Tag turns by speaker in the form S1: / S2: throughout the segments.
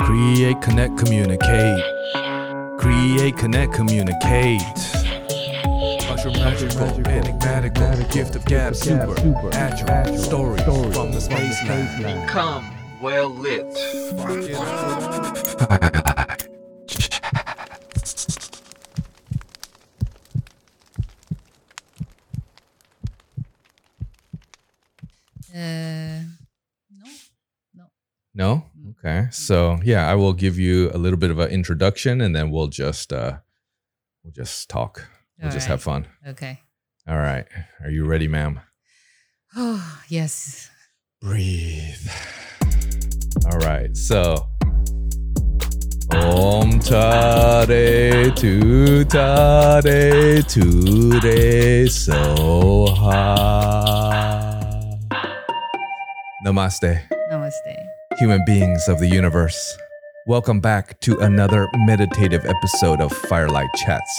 S1: Create, connect, communicate. Create, connect, communicate. Usher magical, enigmatical, gift of gab, super, agile, stories from the spaceland.
S2: Come, well lit.
S3: Uh, no,
S4: No? Okay. So yeah, I will give you a little bit of an introduction and then we'll just uh we'll just talk. We'll
S3: All
S4: just
S3: right.
S4: have fun.
S3: Okay.
S4: All right. Are you ready, ma'am?
S3: Oh yes.
S4: Breathe. All right. So Om Tare Tu Tare Tu Re Soha. Namaste.
S3: Namaste.
S4: Human beings of the universe, welcome back to another meditative episode of Firelight Chats,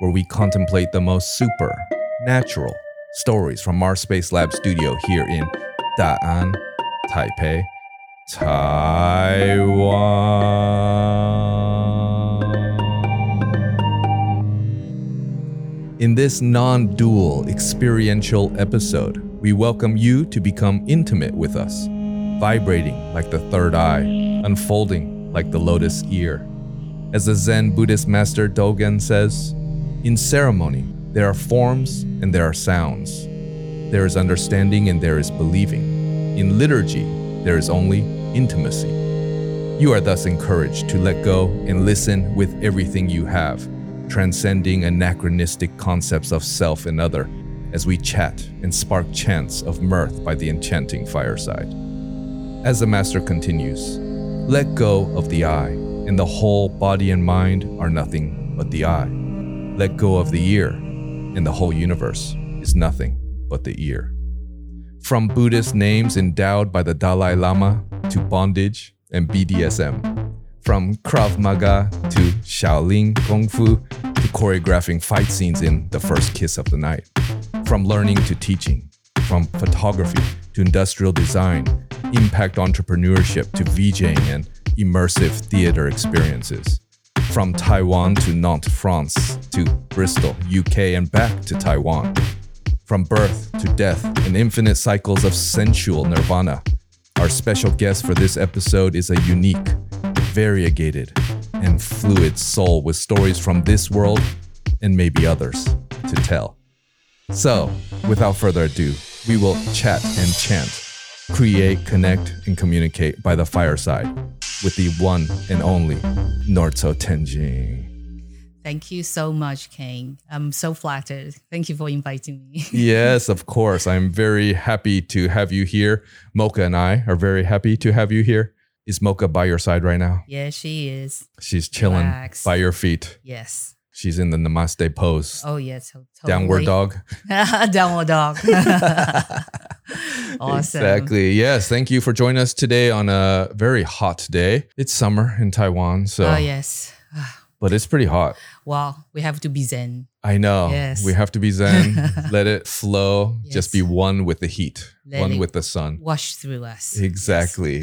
S4: where we contemplate the most super, natural stories from our Space Lab studio here in Da'an, Taipei, Taiwan. In this non dual experiential episode, we welcome you to become intimate with us vibrating like the third eye, unfolding like the lotus ear. As the Zen Buddhist master Dogen says, in ceremony, there are forms and there are sounds. There is understanding and there is believing. In liturgy, there is only intimacy. You are thus encouraged to let go and listen with everything you have, transcending anachronistic concepts of self and other as we chat and spark chants of mirth by the enchanting fireside. As the master continues, let go of the eye, and the whole body and mind are nothing but the eye. Let go of the ear, and the whole universe is nothing but the ear. From Buddhist names endowed by the Dalai Lama to bondage and BDSM, from Krav Maga to Shaolin Kung Fu to choreographing fight scenes in The First Kiss of the Night, from learning to teaching, from photography to industrial design, impact entrepreneurship to VJing and immersive theater experiences. From Taiwan to Nantes, France, to Bristol, UK, and back to Taiwan. From birth to death and infinite cycles of sensual nirvana. Our special guest for this episode is a unique, variegated, and fluid soul with stories from this world and maybe others to tell. So, without further ado, we will chat and chant, create, connect, and communicate by the fireside with the one and only Norto Tenjin.
S3: Thank you so much, King. I'm so flattered. Thank you for inviting me.
S4: Yes, of course. I'm very happy to have you here. Mocha and I are very happy to have you here. Is Mocha by your side right now?
S3: yeah, she is.
S4: She's chilling
S3: Relax.
S4: by your feet.
S3: Yes.
S4: She's in the namaste pose.
S3: Oh yes. to- Totally.
S4: Downward dog.
S3: Downward dog. awesome.
S4: Exactly. Yes. Thank you for joining us today on a very hot day. It's summer in Taiwan, so
S3: Oh yes.
S4: but it's pretty hot.
S3: Well, we have to be zen.
S4: I know.
S3: Yes.
S4: We have to be zen. let it flow. Just be
S3: Yes.
S4: one with the heat,
S3: Let
S4: one
S3: it-
S4: with the sun.
S3: Wash through us.
S4: Exactly.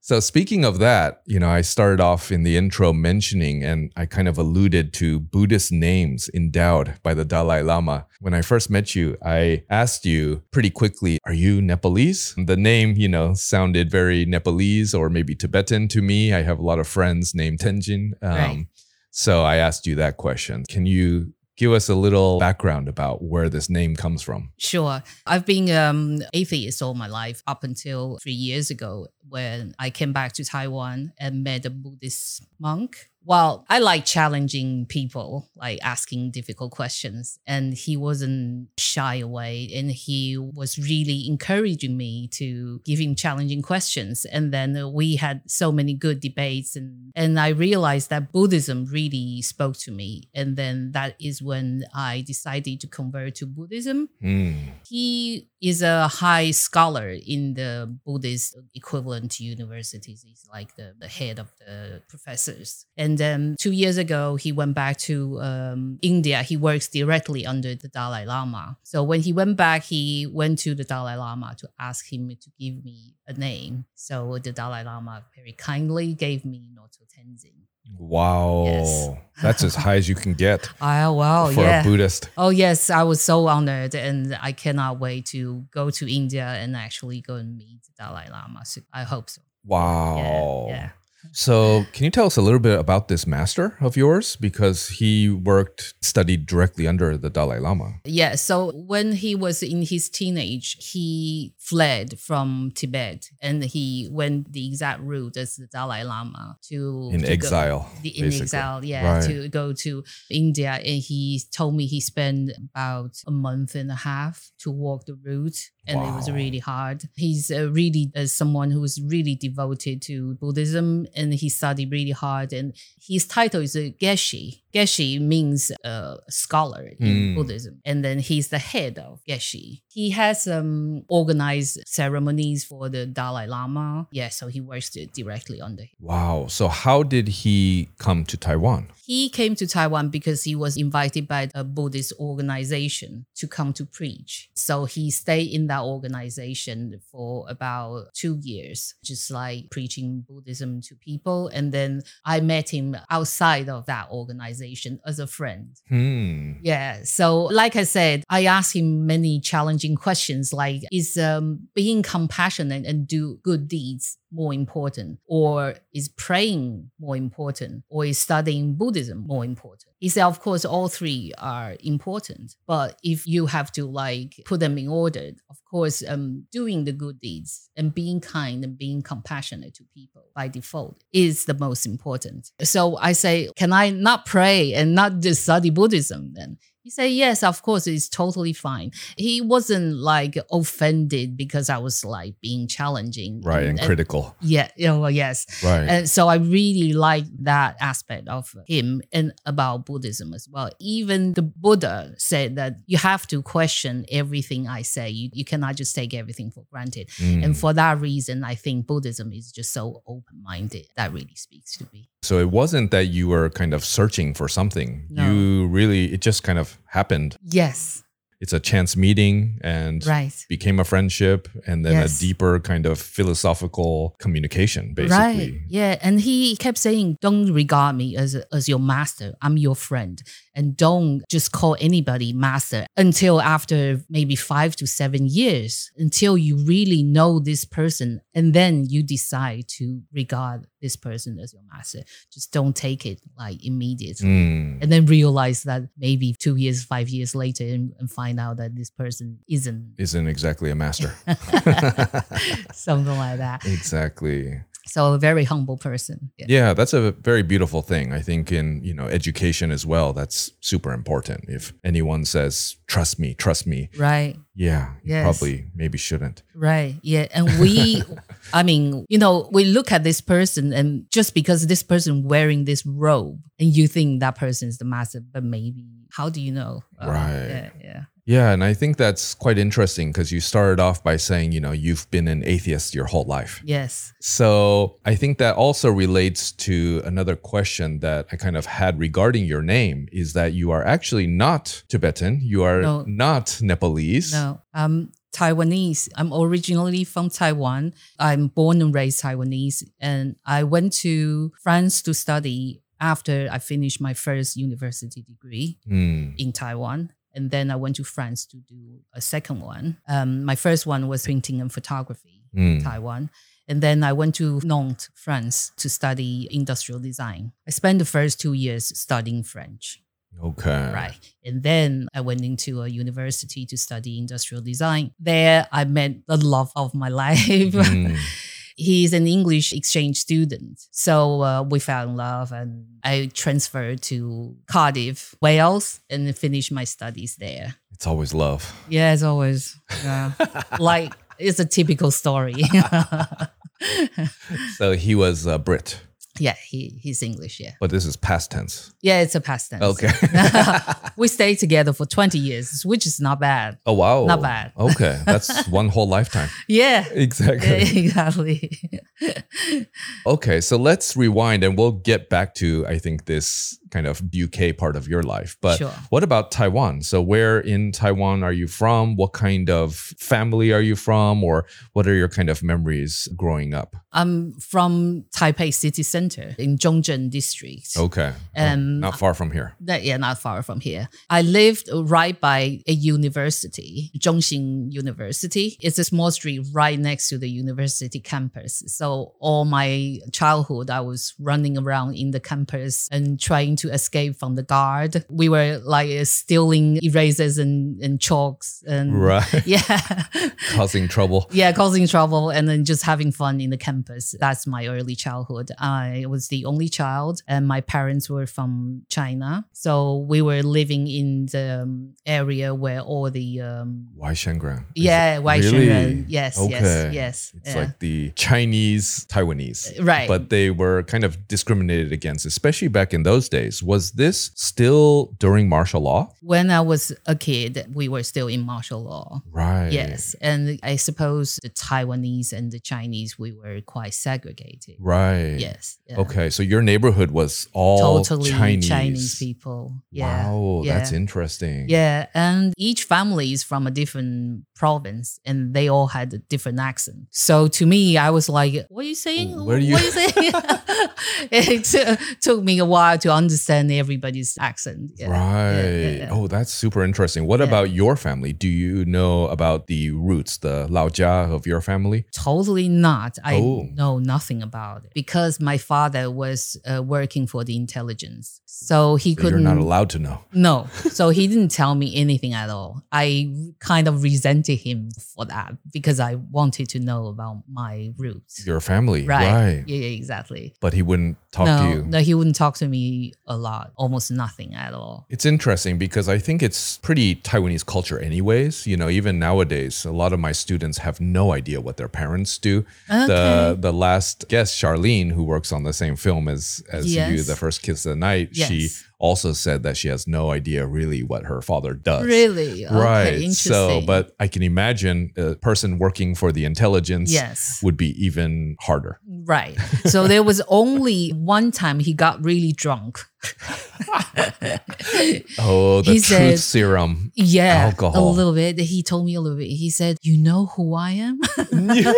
S4: so speaking of that, you know, I started off in the intro mentioning and I kind of alluded to Buddhist names endowed by the Dalai Lama. When I first met you, I asked you pretty quickly, are you Nepalese? The name, you know, sounded very Nepalese or maybe Tibetan to me. I have a lot of friends named Tenjin. Um,
S3: Right.
S4: So I asked you that question. Can you give us a little background about where this name comes from?
S3: Sure. I've been um, atheist all my life up until three years ago when I came back to Taiwan and met a Buddhist monk. Well, I like challenging people, like asking difficult questions. And he wasn't shy away. And he was really encouraging me to give him challenging questions. And then we had so many good debates. And, and I realized that Buddhism really spoke to me. And then that is when I decided to convert to Buddhism
S4: Hmm.
S3: he is a high scholar in the Buddhist equivalent to universities. He's like the, the head of the professors. And And then two years ago, he went back to um, India. He works directly under the Dalai Lama. So when he went back, he went to the Dalai Lama to ask him to give me a name. So the Dalai Lama very kindly gave me Noto Tenzin.
S4: Wow.
S3: Yes.
S4: That's as high as you can get
S3: Oh, wow.
S4: for
S3: yeah.
S4: a Buddhist.
S3: Oh yes, I was so honored, and I cannot wait to go to India and actually go and meet the Dalai Lama. So I hope so.
S4: Wow.
S3: yeah.
S4: So, can you tell us a little bit about this master of yours? Because he worked, studied directly under the Dalai Lama.
S3: Yeah. So when he was in his teenage, he fled from Tibet, and he went the exact route as the Dalai Lama to
S4: In
S3: to go-
S4: exile.
S3: the, in
S4: basically.
S3: exile, yeah,
S4: Right.
S3: to go to India. And he told me he spent about a month and a half to walk the route, and it was
S4: Wow.
S3: really hard. He's uh, really uh, someone who is really devoted to Buddhism, and he studied really hard. And his title is a Geshe. Geshe means uh, scholar in
S4: Mm.
S3: Buddhism, and then he's the head of Geshe. He has um, organized ceremonies for the Dalai Lama. Yeah, so he works directly under him.
S4: Wow. So, how did he come to Taiwan?
S3: He came to Taiwan because he was invited by a Buddhist organization to come to preach. So he stayed in that organization for about two years, just like preaching Buddhism to people. And then I met him outside of that organization as a friend.
S4: Hmm.
S3: Yeah. So, like I said, I asked him many challenging questions like, is um, being compassionate and do good deeds more important? Or is praying more important? Or is studying Buddhism more important? He said, of course, all three are important. But if you have to like put them in order, of course, um, doing the good deeds and being kind and being compassionate to people by default is the most important. So I say, can I not pray and not just study Buddhism then? He said, yes, of course, it's totally fine. He wasn't like offended because I was like being challenging.
S4: Right. And critical.
S3: Yeah, yeah, oh, well, yes.
S4: Right.
S3: Mm, And so I really like that aspect of him and about Buddhism as well. Even the Buddha said that you have to question everything I say. You, you cannot just take everything for granted.
S4: Hmm.
S3: And for that reason, I think Buddhism is just so open minded. That really speaks to me.
S4: So it wasn't that you were kind of searching for something.
S3: No.
S4: You really, it just kind of happened.
S3: Yes,
S4: It's a chance meeting and
S3: right.
S4: became a friendship and then
S3: Yes.
S4: a deeper kind of philosophical communication, basically.
S3: Right. Yeah. And he kept saying, don't regard me as, as your master. I'm your friend. And don't just call anybody master until after maybe five to seven years, until you really know this person. And then you decide to regard this person as your master. Just don't take it like immediately.
S4: Mm.
S3: And then realize that maybe two years, five years later, and, and find out that this person isn't
S4: Isn't exactly a master.
S3: something like that.
S4: exactly.
S3: So, a very humble person. Yeah.
S4: Yeah, that's a very beautiful thing. I think in, you know, education as well, that's super important. If anyone says, trust me, trust me,
S3: Right.
S4: yeah, you
S3: Yes.
S4: probably maybe shouldn't.
S3: Right. Yeah. And we, I mean, you know, we look at this person and just because this person wearing this robe and you think that person is the master, but maybe how do you know? Uh,
S4: Right.
S3: Yeah. Yeah.
S4: Yeah, and I think that's quite interesting because you started off by saying, you know, you've been an atheist your whole life.
S3: Yes.
S4: So I think that also relates to another question that I kind of had regarding your name is that you are actually not Tibetan, you are
S3: No.
S4: not Nepalese.
S3: No. Um, Taiwanese. I'm originally from Taiwan. I'm born and raised Taiwanese, and I went to France to study after I finished my first university degree.
S4: Hmm.
S3: in Taiwan. And then I went to France to do a second one. Um, my first one was painting and photography,
S4: Hmm.
S3: Taiwan. And then I went to Nantes, France to study industrial design. I spent the first two years studying French,
S4: Okay.
S3: right? And then I went into a university to study industrial design. There I met the love of my life.
S4: Hmm.
S3: He's an English exchange student. So uh, we fell in love and I transferred to Cardiff, Wales, and finished my studies there.
S4: It's always love.
S3: Yeah, as always. Yeah. like it's a typical story.
S4: So he was a Brit.
S3: Yeah, he, he's English. Yeah.
S4: But this is past tense.
S3: Yeah, it's a past tense.
S4: Okay.
S3: we stayed together for 20 years, which is not bad.
S4: oh wow.
S3: Not bad.
S4: Okay, that's one whole lifetime.
S3: Yeah.
S4: Exactly.
S3: exactly.
S4: Okay, so let's rewind and we'll get back to I think this kind of UK part of your life. But
S3: sure.
S4: what about Taiwan? So where in Taiwan are you from? What kind of family are you from or what are your kind of memories growing up?
S3: I'm from Taipei city center in Zhongzhen district.
S4: Okay. oh,
S3: Um,
S4: Not far from here.
S3: that- yeah, not far from here. I lived right by a university, Zhongxin University. It's a small street right next to the university campus. So all my childhood, I was running around in the campus and trying to escape from the guard. We were like stealing erasers and, and chalks and
S4: Right.
S3: yeah,
S4: Causing trouble.
S3: yeah, causing trouble and then just having fun in the campus. That's my early childhood. I was the only child, and my parents were from China. So we were living in the um, area where all the. Um,
S4: Why Shangran?
S3: yeah, Wai
S4: really?
S3: Shenren. Yes,
S4: Okay.
S3: yes, yes.
S4: It's
S3: yeah. Uh,
S4: like the Chinese Taiwanese.
S3: Right.
S4: But they were kind of discriminated against, especially back in those days. Was this still during martial law?
S3: when I was a kid, we were still in martial law.
S4: Right.
S3: Yes. And I suppose the Taiwanese and the Chinese, we were quite segregated.
S4: Right.
S3: Yes. yeah.
S4: Okay. So your neighborhood was all
S3: Totally
S4: Chinese.
S3: Chinese, people. Yeah.
S4: Wow.
S3: yeah.
S4: That's interesting.
S3: Yeah, and each family is from a different province, and they all had a different accent. So to me, I was like, "What are you saying?
S4: Where do you-
S3: what are you saying?" it t- took me a while to understand everybody's accent. Yeah.
S4: Right.
S3: yeah, yeah.
S4: Oh, that's super interesting. What
S3: Yeah.
S4: about your family? Do you know about the roots, the Lao Jia of your family?
S3: Totally not. I
S4: Oh.
S3: know nothing about it because my father was uh, working for the intelligence, so he
S4: So
S3: couldn't.
S4: You're not allowed to know.
S3: No. So he didn't tell me anything at all. I kind of resented him for that because I wanted to know about my roots.
S4: Your family.
S3: right. Yeah, yeah, exactly.
S4: But he wouldn't talk
S3: no,
S4: to you.
S3: no, he wouldn't talk to me a lot, almost nothing at all.
S4: It's interesting because I think it's pretty Taiwanese culture, anyways. You know, even nowadays, a lot of my students have no idea what their parents do. The the last guest, Charlene, who works on the same film as as you,
S3: Yes.
S4: the first kiss of the night, she
S3: Yes.
S4: also said that she has no idea really what her father does.
S3: Really? Okay,
S4: Right.
S3: interesting.
S4: so, but I can imagine a person working for the intelligence
S3: Yes.
S4: would be even harder.
S3: Right. So there was only one time he got really drunk.
S4: Oh, the
S3: He
S4: truth
S3: said-
S4: serum.
S3: Yeah.
S4: Alcohol.
S3: A little bit. He told me a little bit. He said, You know who I am?
S4: Yeah,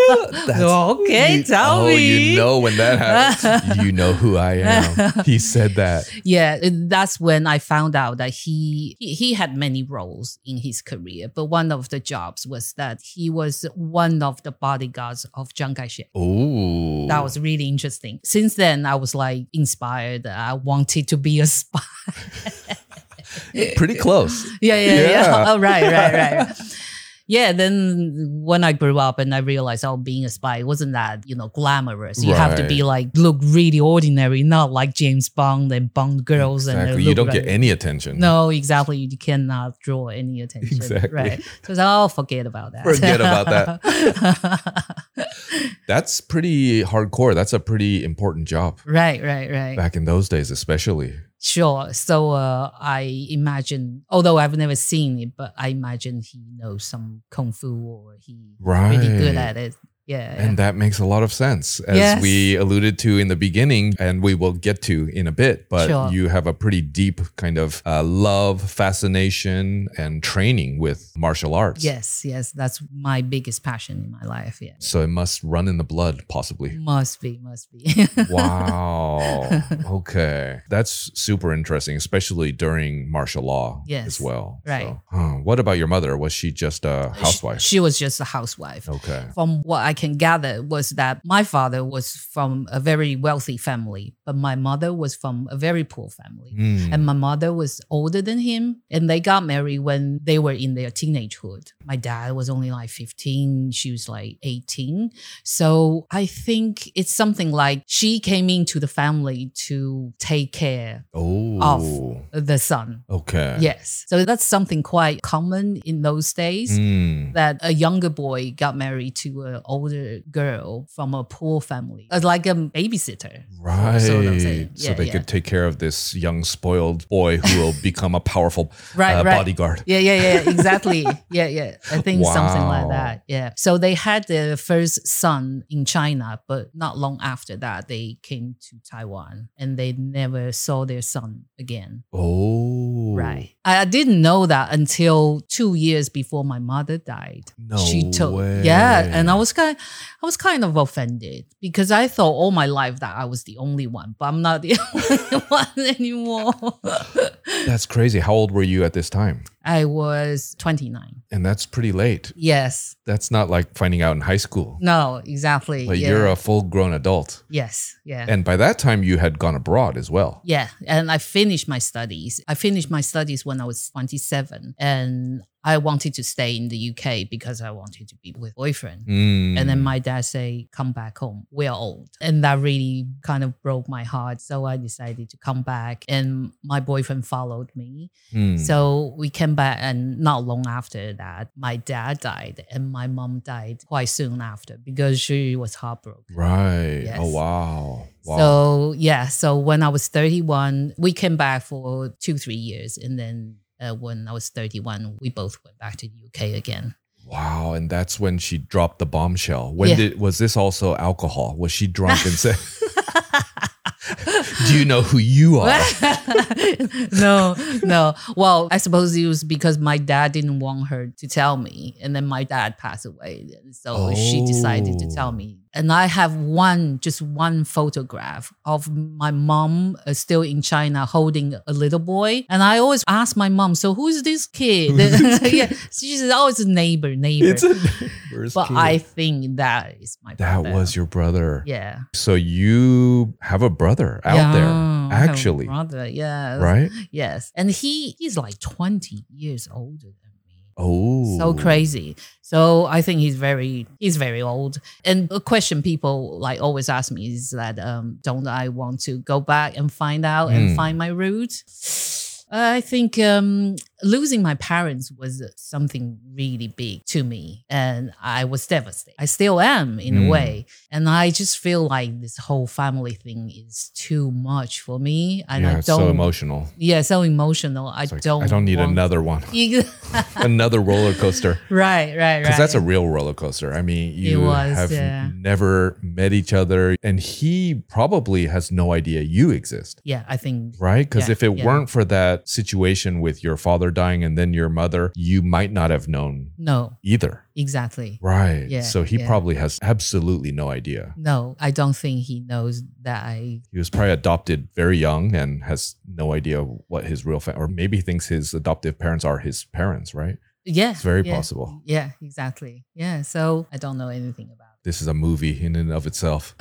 S4: that's-
S3: Okay,
S4: you-
S3: tell
S4: oh,
S3: me.
S4: You know when that happens, you know who I am. He said that.
S3: Yeah, and that's when I found out that he, he he had many roles in his career, but one of the jobs was that he was one of the bodyguards of Chiang Kai-shek.
S4: Oh,
S3: That was really interesting. Since then, I was like inspired. I wanted to be a spy.
S4: pretty close.
S3: yeah, yeah, yeah.
S4: Yeah.
S3: Oh, right, right, right. Yeah, then when I grew up and I realized, oh, being a spy wasn't that, you know, glamorous. You have to be like, look really ordinary, not like James Bond and Bond girls. And
S4: Exactly.
S3: they
S4: You
S3: look
S4: don't
S3: like-
S4: get any attention.
S3: No, exactly. You cannot draw any attention.
S4: Exactly.
S3: Right. So it's all forget about that.
S4: Forget about
S3: that.
S4: That's pretty hardcore. That's a pretty important job
S3: right, right, right.
S4: back in those days, especially.
S3: Sure. So uh, I imagine, although I've never seen it, but I imagine he knows some kung fu or he
S4: Right.
S3: really good at it. Yeah.
S4: And that makes a lot of sense, as
S3: Yes.
S4: we alluded to in the beginning, and we will get to in a bit. But
S3: Sure.
S4: you have a pretty deep kind of uh, love, fascination, and training with martial arts.
S3: yes, yes. That's my biggest passion in my life. Yeah.
S4: So it must run in the blood, possibly.
S3: Must be, must be.
S4: wow. Okay. That's super interesting, especially during martial law
S3: Yes.
S4: as well.
S3: Right.
S4: So, huh. What about your mother? Was she just a housewife?
S3: She was just a housewife.
S4: okay.
S3: From what I can gather, was that my father was from a very wealthy family, but my mother was from a very poor family.
S4: Hmm.
S3: And my mother was older than him, and they got married when they were in their teenagehood. My dad was only like 15, she was like 18. So I think it's something like she came into the family to take care
S4: oh.
S3: of the son.
S4: Okay.
S3: Yes. So that's something quite common in those days
S4: Hmm.
S3: that a younger boy got married to an older girl from a poor family as like a babysitter.
S4: Right.
S3: So what I'm saying.
S4: So
S3: Yeah,
S4: they
S3: yeah.
S4: could take care of this young, spoiled boy who will become a powerful
S3: Right,
S4: uh,
S3: right.
S4: bodyguard.
S3: Yeah, yeah, yeah, exactly. yeah, yeah. I think something
S4: Wow.
S3: like that. Yeah. So they had their first son in China, but not long after that, they came to Taiwan and they never saw their son again.
S4: Oh.
S3: Right. I I didn't know that until two years before my mother died.
S4: No
S3: she told
S4: way.
S3: yeah and i was kind i was kind of offended because i thought all my life that i was the only one but i'm not the only one anymore
S4: That's crazy. How old were you at this time?
S3: i was 29
S4: And that's pretty late.
S3: yes
S4: That's not like finding out in high school.
S3: no exactly
S4: Like
S3: yeah.
S4: you're a full grown adult.
S3: yes yeah
S4: And by that time, you had gone abroad as well.
S3: yeah and i finished my studies i finished my studies when i was 27 and i wanted to stay in the uk because i wanted to be with boyfriend
S4: Mm.
S3: And then my dad say, "Come back home. We're old," and that really kind of broke my heart. So I decided to come back, and my boyfriend followed me.
S4: Mm.
S3: So we came back, and not long after that, my dad died, and my mom died quite soon after because she was heartbroken.
S4: Right.
S3: Yes.
S4: Oh, wow. Wow.
S3: So yeah, so when I was 31, we came back for two three years, and then uh, when I was 31, we both went back to the UK again.
S4: wow. And that's when she dropped the bombshell. When
S3: Yeah.
S4: did, was this also alcohol? Was she drunk and said, Do you know who you are?
S3: no, no. Well, I suppose it was because my dad didn't want her to tell me. And then my dad passed away. So she decided to
S4: Oh.
S3: tell me. And I have one, just one photograph of my mom uh, still in China holding a little boy. And I always ask my mom, so who's this kid?
S4: Who's this kid?
S3: yeah. She says, oh, it's a neighbor, neighbor.
S4: It's a neighbor's
S3: but
S4: kid.
S3: I think that is my
S4: that
S3: brother.
S4: was your brother.
S3: Yeah.
S4: So you have a brother out
S3: Yeah,
S4: there,
S3: I have a
S4: actually,
S3: Brother, yeah.
S4: right?
S3: Yes. And he he's like 20 years older than me.
S4: Oh,
S3: So crazy. So I think he's very he's very old. And a question people like always ask me is that um don't I want to go back and find out
S4: Hmm.
S3: and find my root? I think um, losing my parents was something really big to me, and I was devastated. I still am in
S4: Hmm.
S3: a way, and I just feel like this whole family thing is too much for me, and
S4: yeah,
S3: I
S4: it's so
S3: don't
S4: emotional.
S3: yeah, so emotional. I
S4: It's like,
S3: don't.
S4: I don't need
S3: want-
S4: another one,
S3: You-
S4: another roller coaster.
S3: right, right, right.
S4: Because that's a real roller coaster. I mean, you
S3: was,
S4: have
S3: yeah.
S4: never met each other, and he probably has no idea you exist.
S3: yeah. I think
S4: Right? Because
S3: Yeah,
S4: if it
S3: yeah.
S4: weren't for that situation with your father dying and then your mother, you might not have known
S3: no,
S4: either.
S3: exactly.
S4: Right.
S3: Yeah,
S4: so he
S3: yeah.
S4: probably has absolutely no idea.
S3: No, I don't think he knows that I.
S4: He was probably adopted very young and has no idea what his real family, or maybe he thinks his adoptive parents are his parents, right?
S3: Yeah,
S4: It's very
S3: yeah,
S4: possible.
S3: Yeah, exactly. Yeah, so I don't know anything about. it.
S4: This is a movie in and of itself.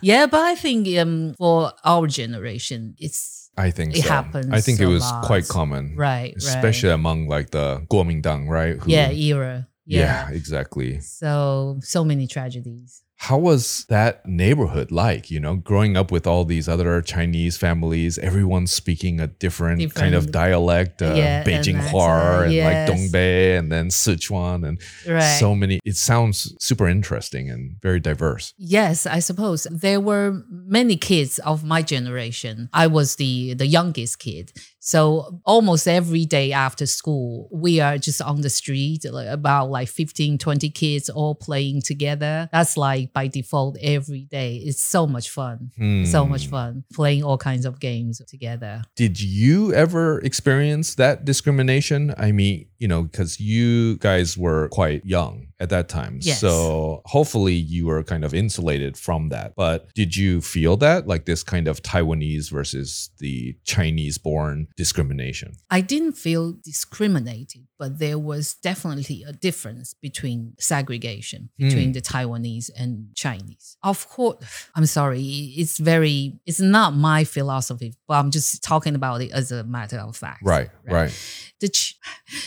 S3: yeah, but I think um, for our generation, it's
S4: I think
S3: It
S4: so.
S3: happens
S4: I think it
S3: a
S4: was
S3: lot.
S4: quite common,
S3: right,
S4: Mm, especially among like the Kuomintang, right?
S3: right.
S4: Who-
S3: yeah era.
S4: yeah,
S3: Yeah.
S4: exactly.
S3: So so many tragedies.
S4: How was that neighborhood like? You know, growing up with all these other Chinese families, everyone speaking a different, kind of
S3: Different-
S4: dialect, uh,
S3: Yeah,
S4: Beijing
S3: and
S4: Hua,
S3: accent,
S4: and
S3: yes.
S4: like Dongbei, and then Sichuan, and
S3: Right.
S4: so many. It sounds super interesting and very diverse.
S3: Yes, I suppose there were many kids of my generation. I was the the youngest kid, so almost every day after school, we are just on the street, like, about like 15, 20 kids all playing together. That's like by default every day. It's so much fun. So much
S4: Hmm.
S3: fun playing all kinds of games together.
S4: Did you ever experience that discrimination? I mean, you know, because you guys were quite young at that time.
S3: Yes.
S4: So hopefully you were kind of insulated from that. But did you feel that, like this kind of Taiwanese versus the Chinese born discrimination?
S3: I didn't feel discriminated, but there was definitely a difference between segregation between
S4: Hmm.
S3: the Taiwanese and Chinese. Of course, I'm sorry, it's very, it's not my philosophy, but I'm just talking about it as a matter of fact.
S4: Right, right.
S3: The, Ch-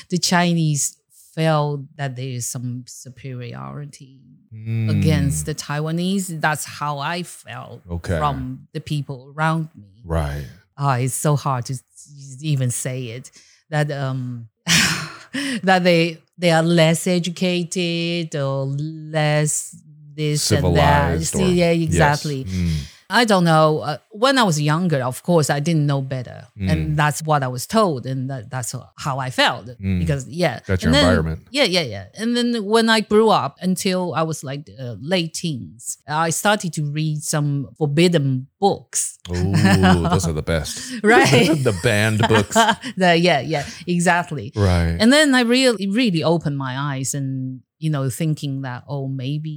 S3: the Chinese felt that there is some superiority
S4: Hmm.
S3: against the Taiwanese. That's how I felt
S4: Mm, Okay.
S3: from the people around me
S4: Right.
S3: Ah, oh, it's so hard to even say it that um that they they are less educated or less this
S4: Civilized
S3: and
S4: or-
S3: that. See, yeah,
S4: Yes.
S3: exactly.
S4: Mm.
S3: I don't know. Uh, when I was younger, of course, I didn't know better,
S4: Mm.
S3: and that's what I was told, and that, that's how I felt
S4: Mm.
S3: because yeah,
S4: That's
S3: And
S4: your
S3: then-
S4: environment.
S3: Yeah, yeah, yeah. And then when I grew up until I was like uh, late teens, I started to read some forbidden books.
S4: Ooh, those are the best.
S3: Right.
S4: the banned books.
S3: The- yeah, yeah, exactly.
S4: Right.
S3: And then I really, really opened my eyes and, you know, thinking that, oh, maybe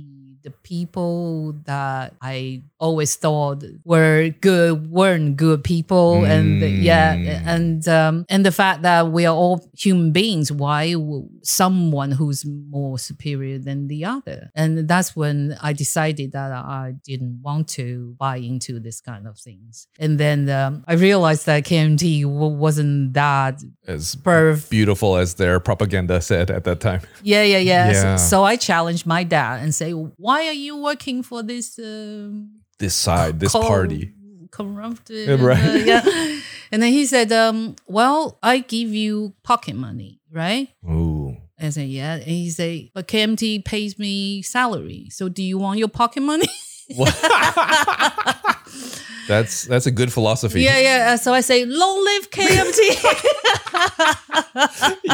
S3: the people that I always thought were good weren't good people. And
S4: Mm.
S3: yeah, and, um, and the fact that we are all human beings, why w- someone who's more superior than the other? And that's when I decided that I didn't want to buy into this kind of things. And then um, I realized that KMT w- wasn't that
S4: as
S3: perfect.
S4: beautiful as their propaganda said at that time.
S3: Yeah, yeah, yeah.
S4: Yeah.
S3: So, so I challenged my dad and say, "Why are you working for this um,
S4: This side, this
S3: cor-
S4: party.
S3: corrupted?"
S4: Right.
S3: uh, yeah. And then he said, um, "Well, I give you pocket money, right?"
S4: Ooh.
S3: I said, "Yeah." And he said, "But KMT pays me salary, so do you want your pocket money?"
S4: that's that's a good philosophy.
S3: yeah, yeah. Uh, So I say, "Long live KMT."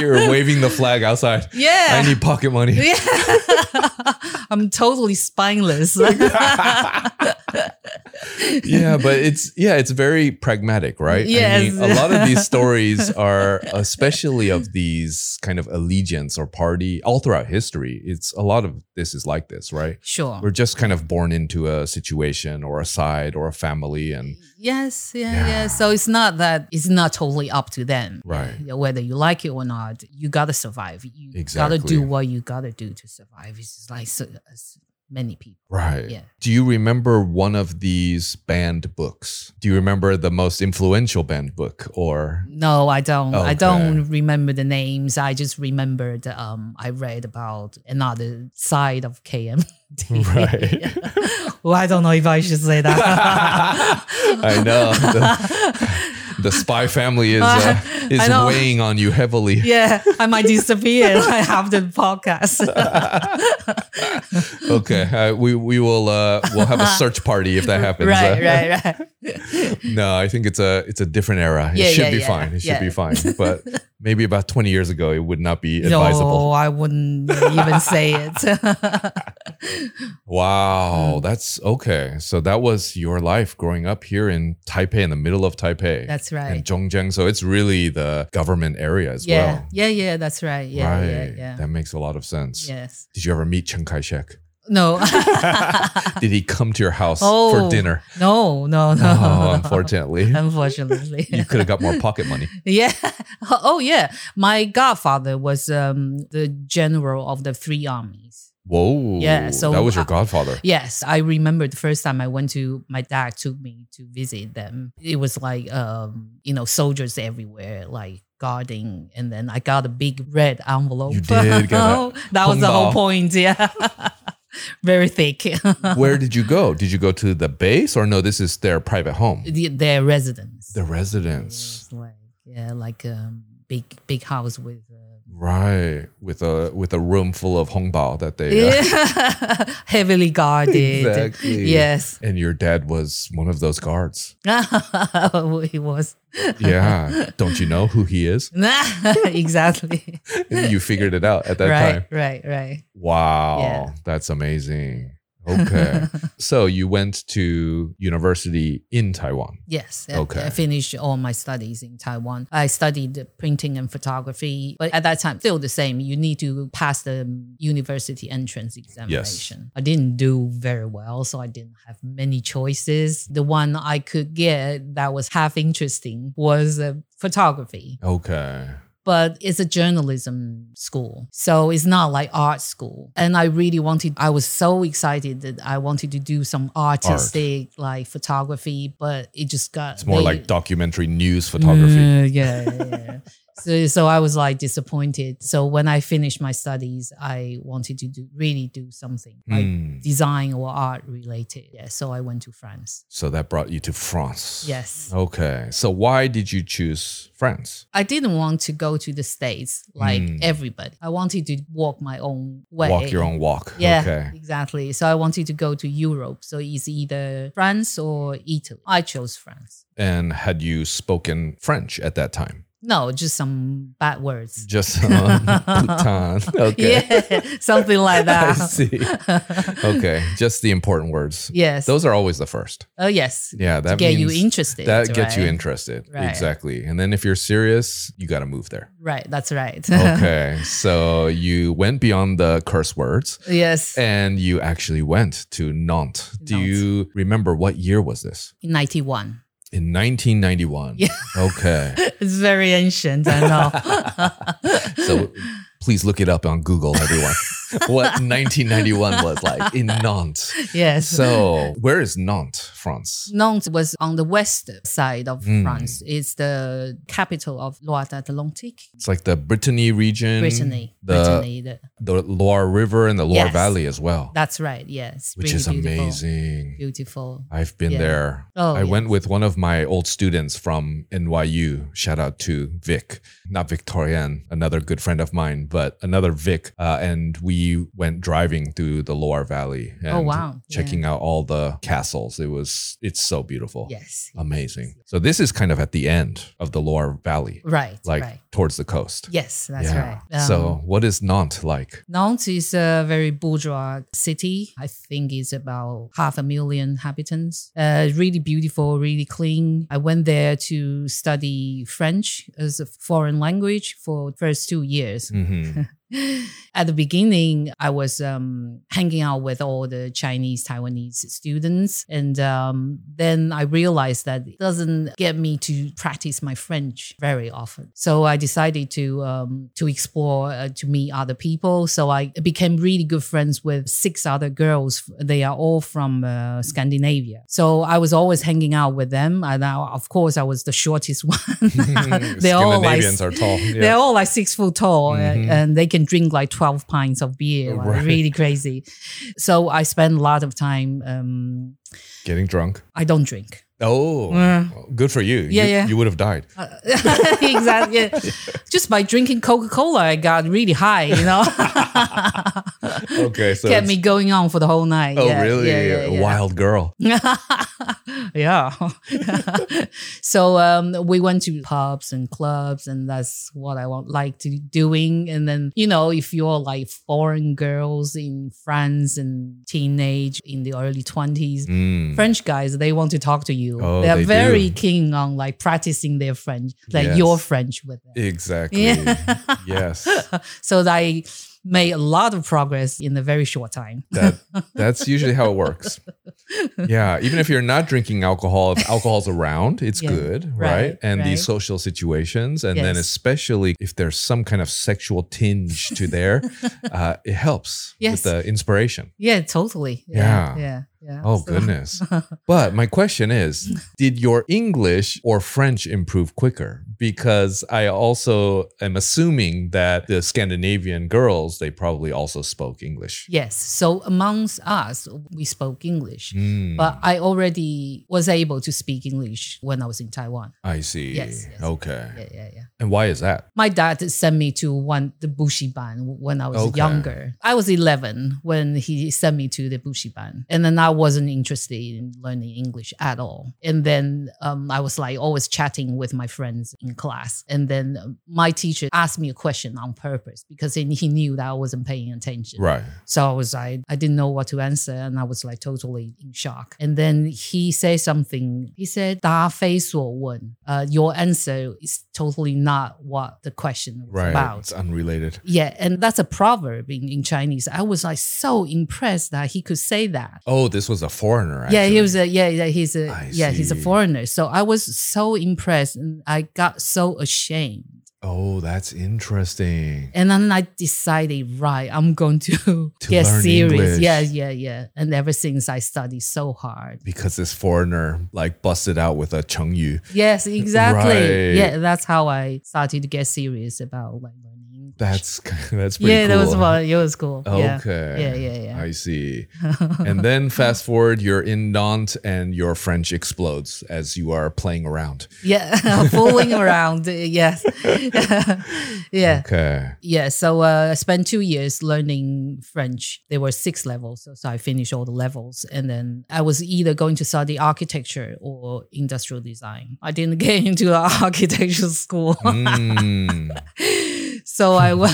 S4: You're waving the flag outside.
S3: yeah.
S4: I need pocket money.
S3: Yeah. I'm totally spineless.
S4: yeah, but it's yeah, it's very pragmatic, right?
S3: Yes.
S4: I mean, a lot of these stories are especially of these kind of allegiance or party all throughout history. It's a lot of this is like this, right?
S3: Sure.
S4: We're just kind of born into a situation or a side or a family and
S3: Yes, yeah,
S4: Yeah.
S3: yeah, So it's not that it's not totally up to them.
S4: Right.
S3: You know, Whether you like it or not, you gotta survive. You gotta
S4: Exactly.
S3: do what you gotta do to survive. It's just like so, as many people.
S4: Right.
S3: Yeah.
S4: Do you remember one of these banned books? Do you remember the most influential banned book or
S3: No, I don't. I
S4: Okay.
S3: don't remember the names. I just remembered um, I read about another side of KMT.
S4: Right.
S3: well, I don't know if I should say that.
S4: I know. the spy family is uh,
S3: I
S4: is
S3: know.
S4: weighing on you heavily?
S3: yeah, I might disappear. I have the podcast.
S4: Okay, uh, we we will uh, we'll have a search party if that happens.
S3: right,
S4: Uh,
S3: right, right.
S4: No, I think it's a it's a different era. It
S3: Yeah,
S4: should
S3: yeah,
S4: be
S3: yeah.
S4: fine. It should be
S3: Yeah.
S4: fine. But maybe about twenty years ago, it would not be
S3: No,
S4: advisable.
S3: I wouldn't even say it. Mm.
S4: Wow, that's okay. So that was your life growing up here in Taipei, in the middle of Taipei.
S3: that's
S4: and
S3: right.
S4: Zhongjiang. So it's really the government area as
S3: Yeah,
S4: well.
S3: yeah, yeah. That's right. Yeah,
S4: right.
S3: yeah, yeah.
S4: That makes a lot of sense.
S3: Yes.
S4: Did you ever meet Chiang Kai shek?
S3: No.
S4: Did he come to your house for
S3: Uh, Oh.
S4: dinner?
S3: no. No. No.
S4: Oh, unfortunately.
S3: Unfortunately.
S4: you could have got more pocket money.
S3: yeah. Oh, yeah. My godfather was um, the general of the three armies.
S4: Whoa.
S3: Yeah, so
S4: that was your
S3: I-
S4: godfather.
S3: Yes, I remember the first time I went to my dad took me to visit them. It was like um, you know, soldiers everywhere, like guarding, and then I got a big red envelope.
S4: You did get a
S3: that was the
S4: hongbao.
S3: whole point, yeah. Very thick.
S4: Where did you go? Did you go to the base or no? This is their private home.
S3: The- Their residence.
S4: The
S3: It
S4: residence.
S3: was like yeah, like um big big house with uh,
S4: Right. With a with a room full of hongbao that they uh,
S3: yeah. heavily guarded.
S4: Exactly.
S3: Yes.
S4: and your dad was one of those guards.
S3: he was.
S4: Yeah. Don't you know who he is?
S3: exactly.
S4: You figured it out at that
S3: right,
S4: time.
S3: right, right.
S4: Wow,
S3: Yeah.
S4: that's amazing. Okay. so you went to university in Taiwan.
S3: Yes. I-
S4: Okay.
S3: I finished all my studies in Taiwan. I studied printing and photography, but at that time, still the same. You need to pass the university entrance examination. I didn't do very well, so I didn't have many choices. The one I could get that was half interesting was uh, photography.
S4: Okay.
S3: but it's a journalism school. So it's not like art school. And I really wanted, I was so excited that I wanted to do some artistic like photography, but it just got.
S4: It's more
S3: they-
S4: like documentary news photography.
S3: Mm, yeah, yeah, yeah. so, so I was like disappointed. So when I finished my studies, I wanted to do really do something Mm. like
S4: Hmm.
S3: design or art related. Yeah. So I went to France.
S4: So that brought you to France.
S3: Yes.
S4: Okay. So why did you choose France?
S3: I didn't want to go to the States like
S4: Mm.
S3: everybody. I wanted to walk my own way.
S4: Walk your own walk.
S3: Yeah,
S4: Okay.
S3: exactly. So I wanted to go to Europe. So it's either France or Italy. I chose France.
S4: And had you spoken French at that time?
S3: No, just some bad words.
S4: Just um, Bhutan. Okay.
S3: Yeah, something like
S4: I
S3: that.
S4: see. Okay. Just the important words.
S3: Yes.
S4: Those are always the first.
S3: oh, yes.
S4: Yeah. That
S3: Get you
S4: means
S3: interested.
S4: that gets you
S3: right?
S4: interested.
S3: Right.
S4: Exactly. And then if you're serious, you got to move there.
S3: Right. That's right.
S4: Okay. so you went beyond the curse words
S3: yes.
S4: and you actually went to Nantes. Do
S3: Nantes.
S4: you remember what year was this?
S3: In 91.
S4: In 1991.
S3: Yeah.
S4: Okay.
S3: It's very ancient. I know.
S4: So please look it up on Google, everyone. what 1991 was like in Nantes.
S3: yes.
S4: So where is Nantes, France?
S3: Nantes was on the west side of
S4: Mm.
S3: France. It's the capital of Loire-Atlantique,
S4: It's like the Brittany region,
S3: Brittany.
S4: the
S3: Brittany. the-
S4: the Loire River and the Loire
S3: Yes.
S4: Valley as well,
S3: that's right. Yes.
S4: which
S3: really
S4: is
S3: beautiful.
S4: amazing.
S3: Beautiful.
S4: I've been
S3: Yeah.
S4: there.
S3: Oh,
S4: I
S3: yes.
S4: went with one of my old students from NYU. Shout out to Vic, not Victorian, another good friend of mine, but another Vic. Uh, and we went driving through the Loire Valley. And
S3: Oh, wow. Yeah.
S4: Checking out all the castles. It was, it's so beautiful.
S3: Yes.
S4: Amazing. So this is kind of at the end of the Loire Valley,
S3: Right.
S4: like
S3: right.
S4: towards the coast.
S3: Yes, that's
S4: Yeah.
S3: right. Um,
S4: so what is Nantes like?
S3: Nantes is a very bourgeois city. I think it's about half a million inhabitants. Uh, really beautiful, really clean. I went there to study French as a foreign language for first two years.
S4: hmm
S3: At the beginning, I was um, hanging out with all the Chinese Taiwanese students, and um, then I realized that it doesn't get me to practice my French very often. So I decided to um, to explore uh, to meet other people. So I became really good friends with six other girls. They are all from uh, Scandinavia. So I was always hanging out with them, and I, of course, I was the shortest one. They're all like
S4: Scandinavians are tall. Yeah.
S3: they're all like six foot tall uh,
S4: Mhm.
S3: and they can drink like 12 pints of beer like,
S4: Right.
S3: really crazy so i spend a lot of time um,
S4: Getting drunk.
S3: i don't drink
S4: Oh,
S3: Yeah.
S4: well, good for you.
S3: Uh-huh. Yeah,
S4: you,
S3: yeah.
S4: You would have died.
S3: Uh, exactly yeah. just by drinking coca-cola i got really high you know
S4: Okay, so it's-
S3: get Uh, me going on for the whole night
S4: Oh,
S3: Yeah,
S4: really?
S3: yeah, yeah,
S4: A
S3: yeah.
S4: wild girl.
S3: yeah. so um, we went to pubs and clubs, and that's what I want like to doing. And then you know, if you're like foreign girls in France and teenage in the early twenties.
S4: Mm.
S3: French guys, they want to talk to you.
S4: Oh,
S3: They're
S4: they
S3: very
S4: do.
S3: keen on like practicing their French, like
S4: Yes.
S3: your French with them.
S4: Exactly. yes.
S3: so I made a lot of progress in a very short time.
S4: That that's usually how it works. Yeah, even if you're not drinking alcohol, if alcohol's around, it's
S3: Yeah.
S4: good, right?
S3: Right,
S4: And the
S3: right.
S4: social situations, and then
S3: Yes.
S4: especially if there's some kind of sexual tinge to there, uh, it helps
S3: Yes.
S4: with the inspiration.
S3: Yeah, totally.
S4: Yeah.
S3: Yeah. Yeah. yeah.
S4: Oh
S3: So-
S4: goodness. But my question is, did your English or French improve quicker? Because I also am assuming that the Scandinavian girls, they probably also spoke English.
S3: Yes. So amongst us, we spoke English,
S4: Mm,
S3: but I already was able to speak English when I was in Taiwan.
S4: I see.
S3: Yes, yes.
S4: Okay.
S3: Yeah, yeah, yeah.
S4: And why is that?
S3: My dad sent me to one the bushi ban when I was
S4: Okay.
S3: younger. I was eleven when he sent me to the bushi ban, and then I wasn't interested in learning English at all. And then um, I was like always chatting with my friends in class, and then um, my teacher asked me a question on purpose because then he knew that I wasn't paying attention.
S4: Right.
S3: So I was like, I didn't know what to answer, and I was like totally in shock. And then he said something. He said, "答非所问." Uh, your answer is totally not what the question was
S4: Right.
S3: about.
S4: It's unrelated.
S3: Yeah, and that's a proverb in, in Chinese. I was like so impressed that he could say that.
S4: Oh, this was a foreigner. Actually.
S3: Yeah, he was a yeah, yeah he's a
S4: I
S3: yeah he's a
S4: see.
S3: foreigner. So I was so impressed, and I got so ashamed
S4: Oh, that's interesting.
S3: And then I decided, right, I'm going to,
S4: To
S3: get
S4: learn
S3: serious.
S4: English.
S3: Yeah, yeah, yeah. And ever since I studied so hard.
S4: Because this foreigner like busted out with a Cheng Yu.
S3: Yes, exactly.
S4: Right.
S3: Yeah, that's how I started to get serious about like learning English.
S4: That's that's pretty
S3: yeah,
S4: cool.
S3: that was fun. It was cool. Yeah.
S4: Okay.
S3: Yeah, yeah, yeah.
S4: I see. and then fast forward, you're in Nantes and your French explodes as you are playing around.
S3: Yeah, fooling around. Yes. yeah.
S4: Okay.
S3: Yeah. So uh, I spent two years learning French. There were six levels. So, so I finished all the levels. And then I was either going to study architecture or industrial design. I didn't get into an architecture school.
S4: Mm.
S3: so I w-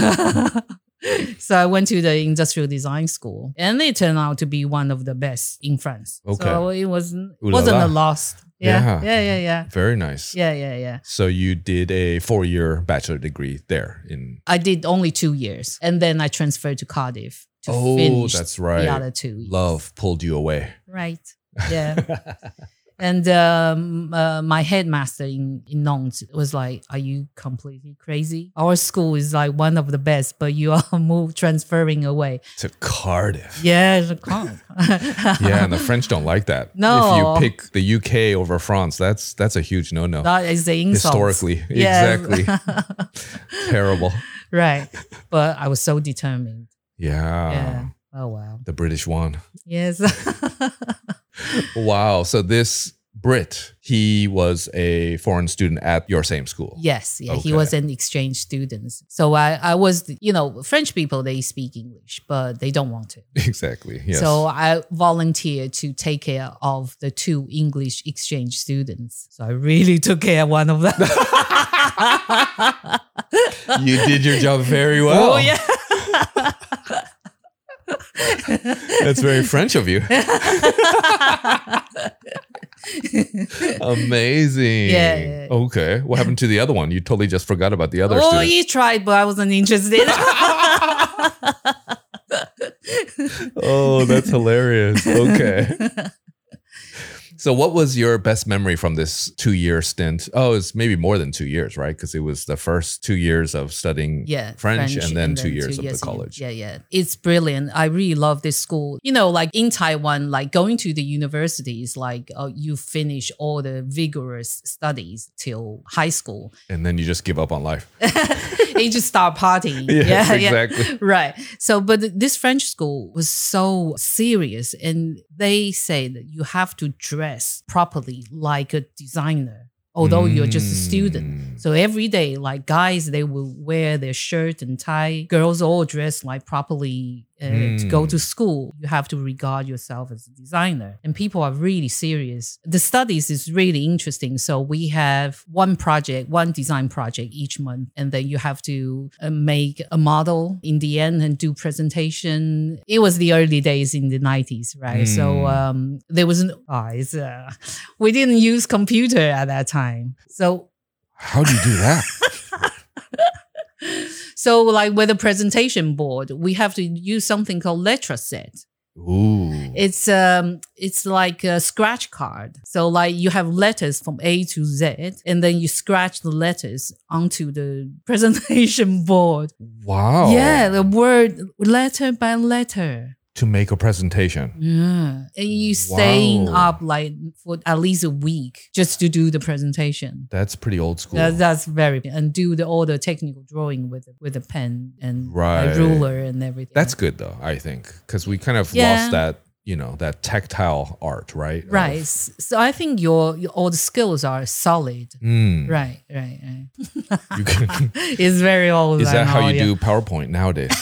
S3: so I went to the industrial design school, and it turned out to be one of the best in France. so
S4: Okay.
S3: it wasn't
S4: Ooh la
S3: wasn't
S4: la.
S3: a loss. Yeah,
S4: Yeah.
S3: yeah, yeah, yeah,
S4: Very nice.
S3: yeah, yeah, yeah.
S4: So you did a four-year bachelor degree there in.
S3: I did only two years, and then I transferred to Cardiff to
S4: Oh,
S3: finish
S4: that's right.
S3: the other two. years.
S4: Love pulled you away.
S3: right? Yeah. And um, uh, my headmaster in, in Nantes was like, Are you completely crazy? Our school is like one of the best, but you are move transferring away.
S4: to Cardiff.
S3: Yeah, the comp.
S4: Yeah, and the French don't like that.
S3: No.
S4: If you pick the UK over France, that's that's a huge no-no.
S3: that is the insult.
S4: Historically,
S3: Yes.
S4: exactly. Terrible.
S3: right. But I was so determined.
S4: Yeah.
S3: Yeah. Oh wow.
S4: The British won.
S3: Yes.
S4: Wow. So this Brit, he was a foreign student at your same school.
S3: yes. Yeah. He
S4: Okay.
S3: was an exchange student. So I, I was the- you know, French people they speak English, but they don't want to.
S4: Exactly. Yes.
S3: So I volunteered to take care of the two English exchange students. So I really took care of one of them.
S4: you did your job very well.
S3: Oh yeah.
S4: That's very French of you. Amazing.
S3: Yeah, yeah.
S4: Okay. What happened to the other one? You totally just forgot about the other
S3: oh,
S4: student.
S3: he tried, but I wasn't interested.
S4: Oh, that's hilarious. Okay. So, what was your best memory from this two year stint? Oh, it's maybe more than two years, right? Because it was the first two years of studying
S3: yeah,
S4: French, and then two years of the college.
S3: Yeah, yeah, it's brilliant. I really love this school. You know, like in Taiwan, like going to the university is like uh, you finish all the vigorous studies till high school.
S4: And then you just give up on life.
S3: you just start partying.
S4: Yes,
S3: yeah, yeah.
S4: exactly.
S3: Right. So, but th- this French school was so serious, and they say that you have to dress properly like a designer, although you're just a student.
S4: Mm.
S3: So every day, like guys, they will wear their shirt and tie. Girls all dress like properly uh, to go
S4: Mm.
S3: to school. You have to regard yourself as a designer. And people are really serious. The studies is really interesting. So we have one project, one design project each month, and then you have to uh, make a model in the end and do presentation. It was the early days in the nineties, right? So
S4: Mm.
S3: um, there was no, oh, it's, uh, we didn't use computer at that time. So
S4: How do you do that?
S3: so like with a presentation board we have to use something called letra set
S4: Ooh.
S3: it's um it's like a scratch card so like you have letters from a to z and then you scratch the letters onto the presentation board
S4: wow.
S3: yeah the word letter by letter
S4: To make a presentation.
S3: yeah and you staying
S4: Wow.
S3: up like for at least a week just to do the presentation
S4: That's pretty old school.
S3: that, that's very and do the all the technical drawing with with a pen and
S4: Right.
S3: a ruler and everything
S4: That's good though, I think, because we kind of
S3: Yeah.
S4: lost that, you know, that tactile art, right? Of-
S3: Right. S- So I think your, your all the skills are solid.
S4: Mm.
S3: Right, right, right.
S4: You can-
S3: it's very old.
S4: is
S3: I
S4: that how
S3: know,
S4: you
S3: yeah.
S4: do PowerPoint nowadays?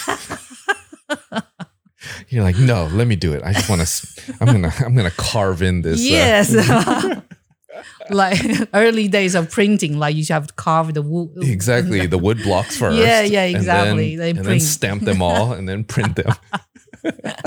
S4: You're like, no, let me do it. I just want to. I'm gonna. I'm gonna carve in this. uh,
S3: Yes. like early days of printing, like you have to carve the wood.
S4: exactly. The wood blocks first.
S3: Yeah, yeah,
S4: and then-
S3: exactly. They
S4: And then,
S3: print.
S4: stamp them all, and then print them.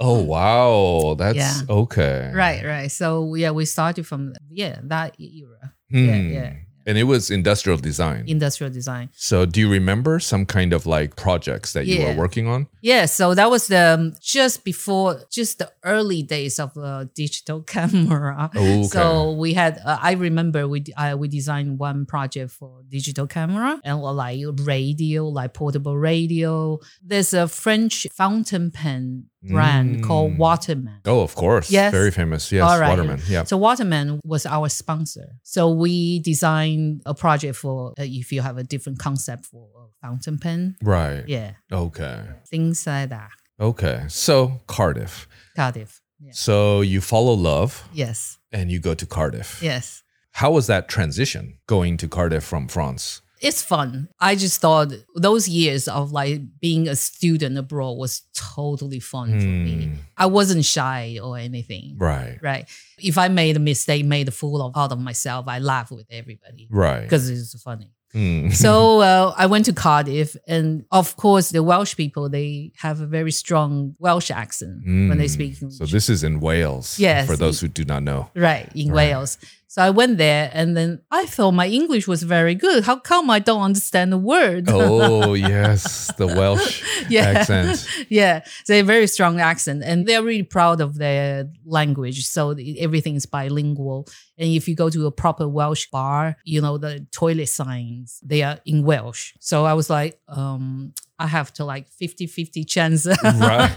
S4: oh wow, that's
S3: Yeah.
S4: okay.
S3: Right, right. So yeah, we started from yeah that era.
S4: Hmm.
S3: yeah.
S4: And it was industrial design.
S3: industrial design.
S4: so do you remember some kind of like projects that you were
S3: Yeah.
S4: working on?
S3: Yeah, so that was the um, just before, just the early days of uh, digital camera.
S4: Okay.
S3: So we had, uh, I remember we d- uh, we designed one project for digital camera and uh, like radio, like portable radio. There's a French fountain pen brand
S4: Mm.
S3: called Waterman.
S4: Oh, of course.
S3: Yes.
S4: Very famous. Yes.
S3: All right.
S4: Waterman. Yeah.
S3: So Waterman was our sponsor. So we designed a project for uh, if you have a different concept for a fountain pen.
S4: Right.
S3: Yeah,
S4: Okay.
S3: things like that.
S4: Okay. So Cardiff.
S3: Cardiff. Yeah.
S4: So you follow love
S3: Yes.
S4: and you go to Cardiff.
S3: Yes.
S4: How was that transition going to Cardiff from France?
S3: It's fun. I just thought those years of like being a student abroad was totally fun for me.
S4: Hmm.
S3: I wasn't shy or anything.
S4: Right.
S3: Right. If I made a mistake, made a fool of, out of myself, I laugh with everybody
S4: Right.
S3: because it's funny.
S4: Hmm.
S3: so uh, I went to Cardiff, and of course, the Welsh people they have a very strong Welsh accent when they
S4: Mm.
S3: speak. English.
S4: So this is in Wales.
S3: Yes.
S4: For those who do not know.
S3: right in
S4: Right.
S3: Wales. So I went there, and then I thought my English was very good. How come I don't understand the word?
S4: Oh yes, the Welsh accent.
S3: yeah. So a very strong accent, and they're really proud of their language. So the- everything is bilingual. And if you go to a proper Welsh bar, you know the toilet signs they are in Welsh. So I was like, um, I have to like 50-50 chance.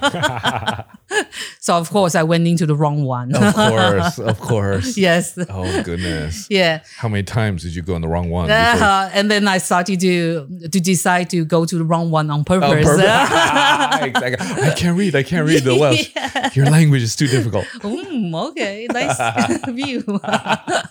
S4: Right.
S3: so of course I went into the wrong one.
S4: of course. Of course.
S3: yes.
S4: Oh goodness.
S3: Yeah.
S4: How many times did you go on the wrong one? before-
S3: Uh, and then I started to to decide to go to the wrong one on
S4: Oh,
S3: purpose.
S4: perfect. exactly. I can't read. I can't read the Welsh.
S3: Yeah.
S4: Your language is too difficult.
S3: Mm, okay, nice view.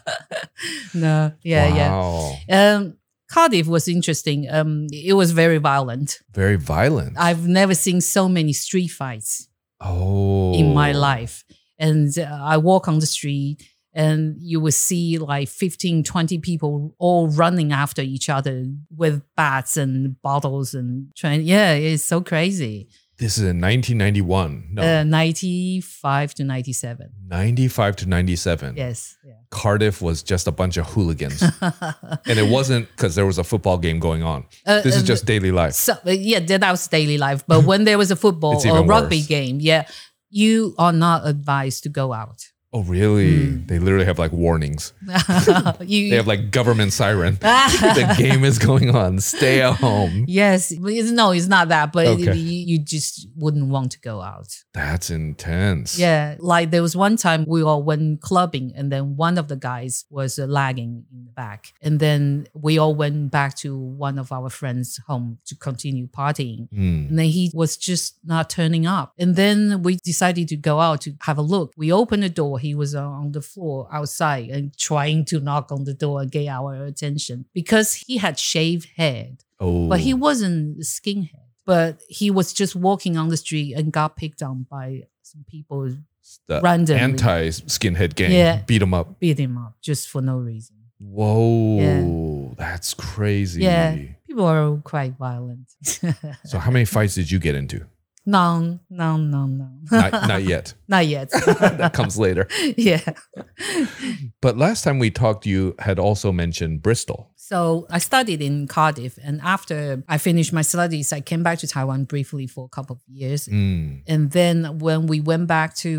S3: no, yeah,
S4: wow.
S3: yeah. Um, Cardiff was interesting. Um, it was very violent.
S4: Very violent.
S3: I've never seen so many street fights
S4: oh.
S3: in my life. And uh, I walk on the street and you will see like 15, 20 people all running after each other with bats and bottles and trying. Yeah, it's so crazy.
S4: This is in 1991. No.
S3: Uh, 95 to 97.
S4: 95 to 97.
S3: Yes.
S4: Cardiff was just a bunch of hooligans.
S3: Yeah.
S4: and it wasn't because there was a football game going on.
S3: Uh,
S4: This is
S3: uh,
S4: just daily life.
S3: so uh, yeah that that was daily life but when there was a football
S4: It's
S3: or
S4: even
S3: rugby
S4: worse.
S3: game yeah you are not advised to go out
S4: Oh, really?
S3: Mm.
S4: They literally have like warnings.
S3: you
S4: They have like government siren. the game is going on. Stay at home.
S3: yes but it's, no it's not that but it-
S4: Okay.
S3: you, you just wouldn't want to go out
S4: That's intense.
S3: yeah like there was one time we all went clubbing and then one of the guys was uh, lagging in the back and then we all went back to one of our friends home to continue partying
S4: Mm.
S3: And then he was just not turning up. And then we decided to go out to have a look. We opened the door. He was uh, on the floor outside and trying to knock on the door and get our attention because he had shaved head,
S4: Oh.
S3: but he wasn't a skinhead. But he was just walking on the street and got picked on by some people,
S4: The
S3: randomly.
S4: anti skinhead gang
S3: Yeah.
S4: beat him up.
S3: beat him up just for no reason.
S4: Whoa, that's crazy.
S3: Yeah. People are quite violent.
S4: So, how many fights did you get into?
S3: no, no, no, no.
S4: Not, not yet.
S3: Not yet.
S4: that comes later.
S3: yeah.
S4: But last time we talked, you had also mentioned Bristol.
S3: So I studied in Cardiff, and after I finished my studies, I came back to Taiwan briefly for a couple of years.
S4: Mm.
S3: And then when we went back to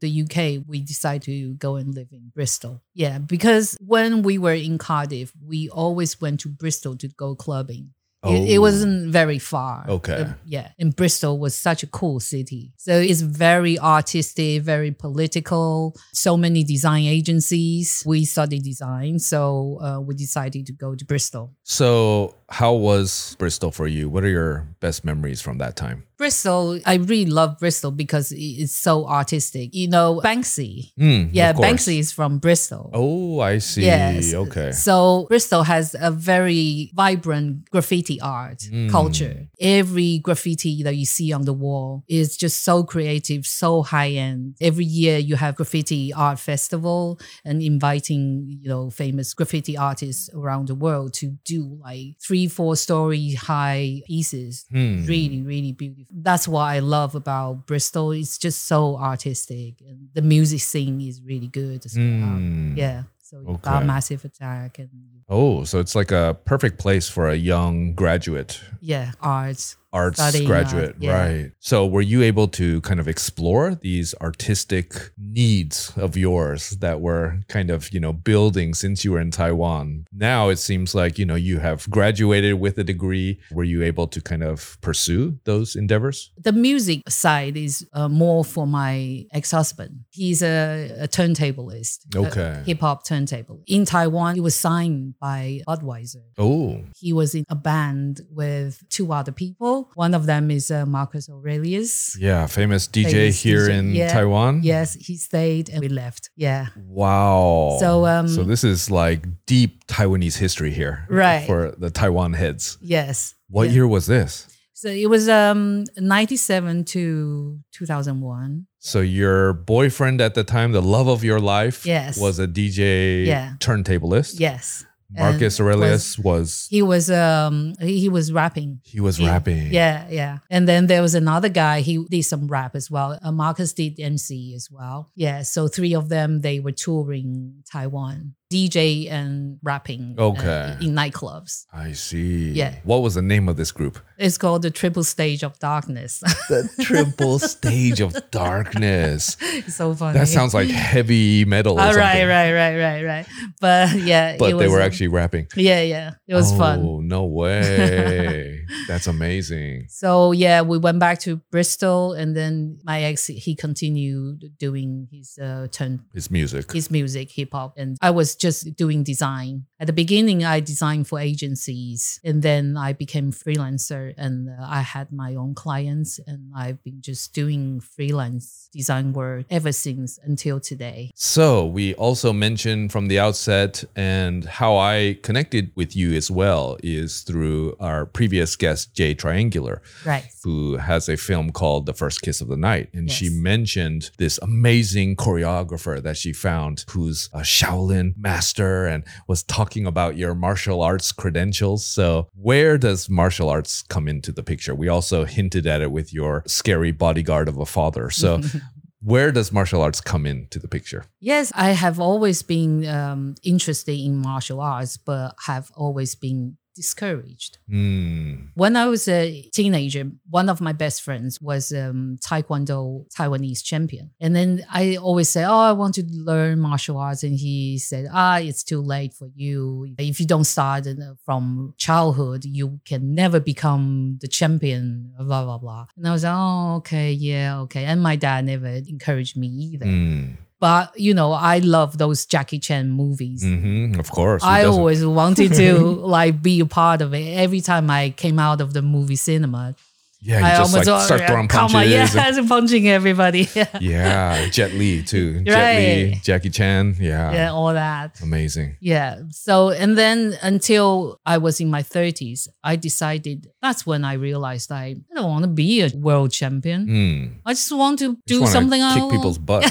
S3: the UK, we decided to go and live in Bristol. Yeah, because when we were in Cardiff, we always went to Bristol to go clubbing. It, it
S4: Oh.
S3: wasn't very far.
S4: Okay.
S3: Uh, yeah. And Bristol was such a cool city. So it's very artistic, very political. So many design agencies. We study design. So uh, we decided to go to Bristol.
S4: So, how was Bristol for you? What are your best memories from that time?
S3: Bristol, I really love Bristol because it- it's so artistic. You know, Banksy.
S4: Mm,
S3: Yeah,
S4: of course.
S3: Banksy is from Bristol.
S4: Oh, I see.
S3: Yes.
S4: Okay.
S3: So Bristol has a very vibrant graffiti art
S4: Mm.
S3: culture. Every graffiti that you see on the wall is just so creative, so high end. Every year you have graffiti art festival and inviting, you know, famous graffiti artists around the world to do like three, four story high pieces.
S4: Hmm.
S3: Really, really beautiful. That's what I love about Bristol. It's just so artistic, and the music scene is really good as well.
S4: Hmm.
S3: Um, Yeah. So you got
S4: Okay.
S3: massive attack and you
S4: Oh, so it's like a perfect place for a young graduate,
S3: Yeah, arts.
S4: arts
S3: Studying art,
S4: graduate.
S3: yeah.
S4: Right. So, were you able to kind of explore these artistic needs of yours that were kind of, you know, building since you were in Taiwan? Now it seems like, you know, you have graduated with a degree. Were you able to kind of pursue those endeavors?
S3: The music side is uh, more for my ex-husband. He's a, a turntablist. a
S4: Okay.
S3: Hip-hop turntable. In Taiwan, he was signed by Budweiser.
S4: Oh,
S3: He was in a band with two other people. One of them is uh, Marcus Aurelius.
S4: yeah. Famous DJ
S3: Famous
S4: here
S3: DJ,
S4: in
S3: yeah,
S4: Taiwan.
S3: Yes, he stayed and we left. Yeah.
S4: Wow.
S3: So, um,
S4: so this is like deep Taiwanese history here,
S3: Right.
S4: For the Taiwan heads.
S3: Yes.
S4: What
S3: Yeah.
S4: year was this?
S3: So it was um 97 to 2001.
S4: So your boyfriend at the time, the love of your life,
S3: Yes.
S4: was a DJ
S3: Yeah.
S4: turntablist.
S3: Yes.
S4: Marcus
S3: And
S4: Aurelius was,
S3: He was um he, he was rapping.
S4: he was
S3: Yeah.
S4: rapping.
S3: Yeah, yeah. And then there was another guy, he did some rap as well. Uh, Marcus did MC as well. Yeah, so three of them they were touring Taiwan, DJ and rapping uh,
S4: Okay.
S3: in nightclubs.
S4: I see.
S3: Yeah.
S4: What was the name of this group?
S3: It's called the Triple Stage of Darkness.
S4: The Triple Stage of Darkness.
S3: It's so funny.
S4: That sounds like heavy metal. Or
S3: All right,
S4: something.
S3: right, right, right, right. But yeah,
S4: But
S3: it
S4: they
S3: was,
S4: were
S3: uh,
S4: actually rapping.
S3: Yeah, yeah. It was fun.
S4: Oh, no way. That's amazing.
S3: So yeah, we went back to Bristol, and then my ex he continued doing his uh, turn
S4: It's music.
S3: his music, hip hop, and I was just doing design. At the beginning, I designed for agencies, and then I became freelancer, and uh, I had my own clients, and I've been just doing freelance design work ever since until today.
S4: So, we also mentioned from the outset, and how I connected with you as well is through our previous guest, Jay Triangular,
S3: Right.
S4: who has a film called The First Kiss of the Night. And she
S3: Yes.
S4: mentioned this amazing choreographer that she found who's a Shaolin master and was talking about your martial arts credentials. So, where does martial arts come into the picture? We also hinted at it with your scary bodyguard of a father.
S3: Mm-hmm.
S4: So, where does martial arts come into the picture?
S3: Yes, I have always been um, interested in martial arts, but have always been discouraged.
S4: Mm,
S3: When I was a teenager, one of my best friends was um, Taekwondo Taiwanese champion. And then I always say, Oh, I want to learn martial arts. And he said, Ah, it's too late for you. If you don't start in- uh, from childhood, you can never become the champion, blah, blah, blah. And I was like, Oh, okay. Yeah, okay. And my dad never encouraged me either
S4: mm,
S3: but you know i love those jackie chan movies
S4: mhm, of course. Who
S3: i
S4: doesn't?
S3: always wanted to like be a part of it every time i came out of the movie cinema
S4: yeah, you
S3: i
S4: just like
S3: always-
S4: start throwing
S3: come
S4: punches.
S3: on,
S4: and-
S3: yes, punching everybody yeah.
S4: yeah, Jet Li too. Jet Li,
S3: Right.
S4: Jackie Chan. Yeah,
S3: yeah all that
S4: amazing.
S3: yeah so and then until i was in my 30s i decided that's when i realized i, I don't want to be a world champion
S4: Mm.
S3: i just want to
S4: Just
S3: do
S4: wanna
S3: something uh, I
S4: kick
S3: want-
S4: people's butt.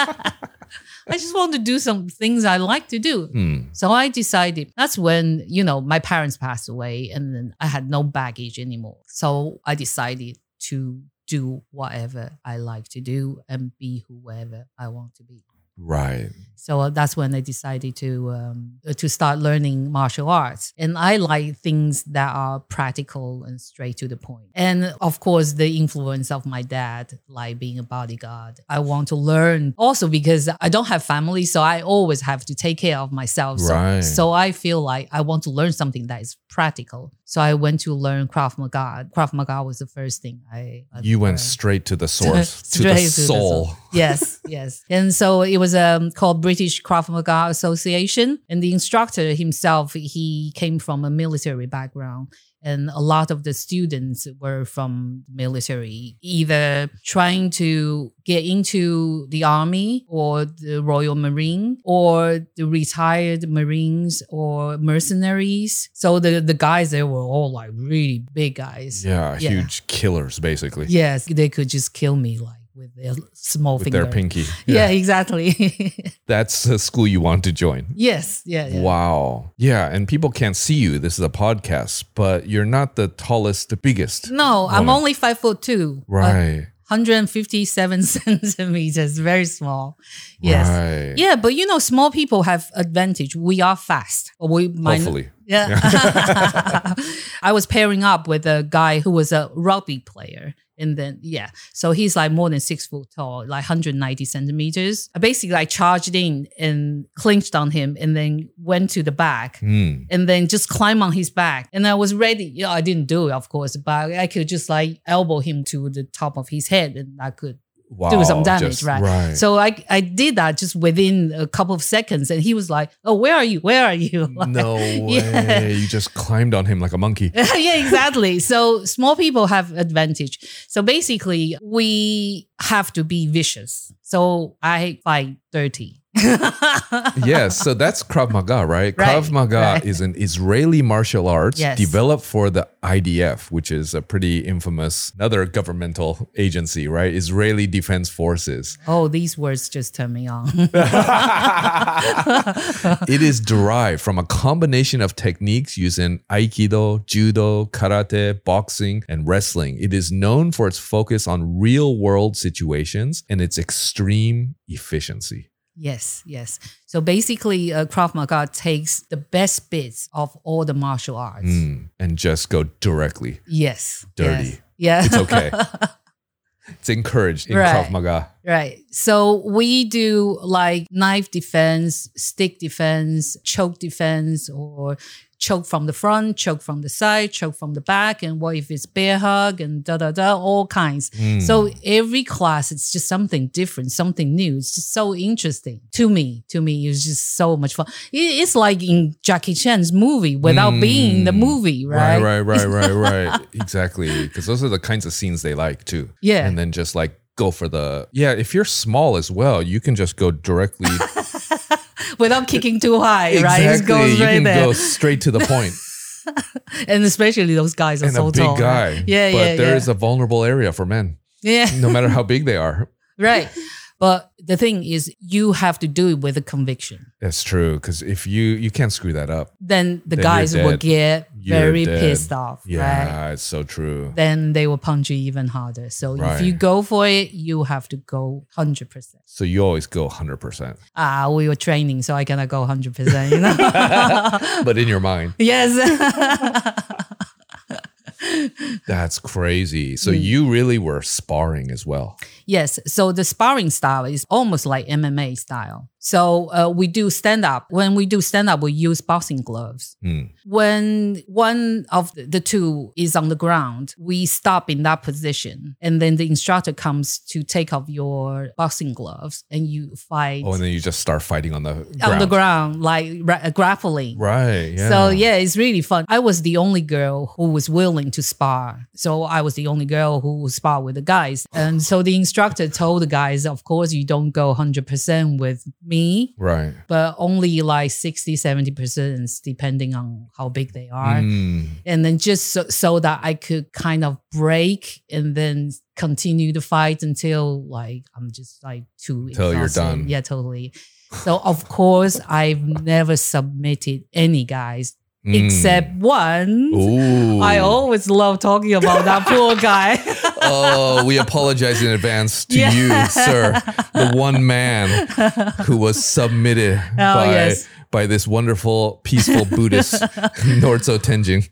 S3: i just want to do some things i like to do
S4: Mm,
S3: So I decided that's when, you know, my parents passed away and then I had no baggage anymore. So I decided to do whatever I like to do and be whoever I want to be.
S4: Right.
S3: So uh, that's when I decided to um, to start learning martial arts, and I like things that are practical and straight to the point. And of course, the influence of my dad, like being a bodyguard, I want to learn also because I don't have family, so I always have to take care of myself. So,
S4: Right.
S3: so I feel like I want to learn something that is practical. So I went to learn Krav Maga. Krav Maga was the first thing I. I
S4: You went
S3: learned.
S4: straight to the source, to
S3: Straight
S4: the
S3: to the
S4: soul.
S3: yes, yes. And so it was um, called British Krav Maga Association. And the instructor himself, he came from a military background. And a lot of the students were from military, either trying to get into the army or the Royal Marine or the retired Marines or mercenaries. So the, the guys, they were all like really big guys.
S4: Yeah,
S3: Yeah.
S4: huge killers basically
S3: Yes, they could just kill me like with their small
S4: with
S3: finger.
S4: their pinky.
S3: Yeah, exactly.
S4: that's the school you want to join.
S3: yes, yeah, yeah.
S4: Wow. Yeah, and people can't see you. This is a podcast, but you're not the tallest, the biggest.
S3: No, I'm
S4: Woman.
S3: only five foot two. but
S4: Right.
S3: 157 centimeters, very small. Yes.
S4: Right.
S3: Yeah, but you know, small people have advantage. We are fast. Or we might
S4: Hopefully.
S3: Yeah. I was pairing up with a guy who was a rugby player. And then, yeah. So he's like more than six foot tall, like 190 centimeters. I basically like charged in and clinched on him and then went to the back
S4: Hmm.
S3: and then just climb on his back. And I was ready. You know, I didn't do it, of course, but I could just like elbow him to the top of his head and I could
S4: Wow.
S3: some damage,
S4: just-
S3: right. so I, I did that just within a couple of seconds, and he was like, "Oh, where are you? Where are you?" Like-
S4: no way.
S3: Yeah.
S4: You just climbed on him like a monkey.
S3: yeah, exactly. So small people have advantage. So basically, we have to be vicious. So I fight dirty.
S4: yes, so that's Krav Maga, right?
S3: Right,
S4: Krav Maga
S3: right.
S4: is an Israeli martial arts
S3: Yes.
S4: developed for the IDF, which is a pretty infamous another governmental agency, right? Israeli Defense Forces.
S3: Oh, these words just turn me on.
S4: It is derived from a combination of techniques used in Aikido, Judo, Karate, boxing, and wrestling. It is known for its focus on real world situations and its extreme efficiency.
S3: Yes, yes. So basically, uh, Krav Maga takes the best bits of all the martial arts.
S4: Mm, and just go directly.
S3: Yes.
S4: Dirty.
S3: yes. Yeah.
S4: It's okay. It's encouraged in Krav
S3: Right.
S4: Maga.
S3: Right. So we do like knife defense, stick defense, choke defense, or choke from the front, choke from the side, choke from the back. And what if it's bear hug and da da da, all kinds.
S4: Mm.
S3: So every class, it's just something different, something new. It's just so interesting to me. To me, it's just so much fun. It- It's like in Jackie Chan's movie without
S4: Mm.
S3: being in the movie, right?
S4: right, right, right, right, right. exactly. Because those are the kinds of scenes they like too.
S3: Yeah.
S4: And then just like go for the yeah. If you're small as well, you can just go directly.
S3: Without kicking too high, right? It
S4: Exactly.
S3: goes
S4: you
S3: right
S4: can
S3: there.
S4: go straight to the point.
S3: and especially those guys are
S4: and
S3: so
S4: a big
S3: tall.
S4: guy.
S3: Yeah,
S4: but
S3: yeah,
S4: there
S3: yeah.
S4: is a vulnerable area for men,
S3: Yeah,
S4: no matter how big they are.
S3: right. But the thing is, you have to do it with a conviction.
S4: That's true. Because if you you can't screw that up.
S3: Then the
S4: Then you're
S3: guys will
S4: dead.
S3: get
S4: You're
S3: very
S4: dead.
S3: pissed off, right?
S4: Yeah, it's so true.
S3: Then they will punch you even harder. So
S4: Right.
S3: if you go for it, you have to go hundred percent.
S4: So you always go hundred percent,
S3: Ah, we were training, so I cannot go hundred percent. You know?
S4: but in your mind.
S3: yes.
S4: That's crazy. So
S3: Mm.
S4: you really were sparring as well.
S3: Yes. So the sparring style is almost like MMA style. So uh, we do stand up. When we do stand up, we use boxing gloves.
S4: Hmm.
S3: When one of the- the two is on the ground, we stop in that position. And then the instructor comes to take off your boxing gloves and you fight
S4: Oh, and then you just start fighting on the ground.
S3: on the ground, like ra- grappling.
S4: Right. Yeah.
S3: So yeah, it's really fun. I was the only girl who was willing to spar. So I was the only girl who would spar with the guys. And so the instructor told the guys, of course, you don't go 100% with me,
S4: Right.
S3: but only like 60, 70% depending on how big they are.
S4: Mm.
S3: And then just so, so that I could kind of break and then continue the fight until like I'm just like too
S4: Till you're
S3: exhausted.
S4: done.
S3: Yeah, totally. So of course I've never submitted any guys
S4: Mm.
S3: except one.
S4: Ooh.
S3: I always love talking about that poor guy.
S4: oh, we apologize in advance to
S3: Yeah.
S4: you, sir, the one man who was submitted by
S3: Oh, yes.
S4: by this wonderful peaceful Buddhist Norzo Tenjin.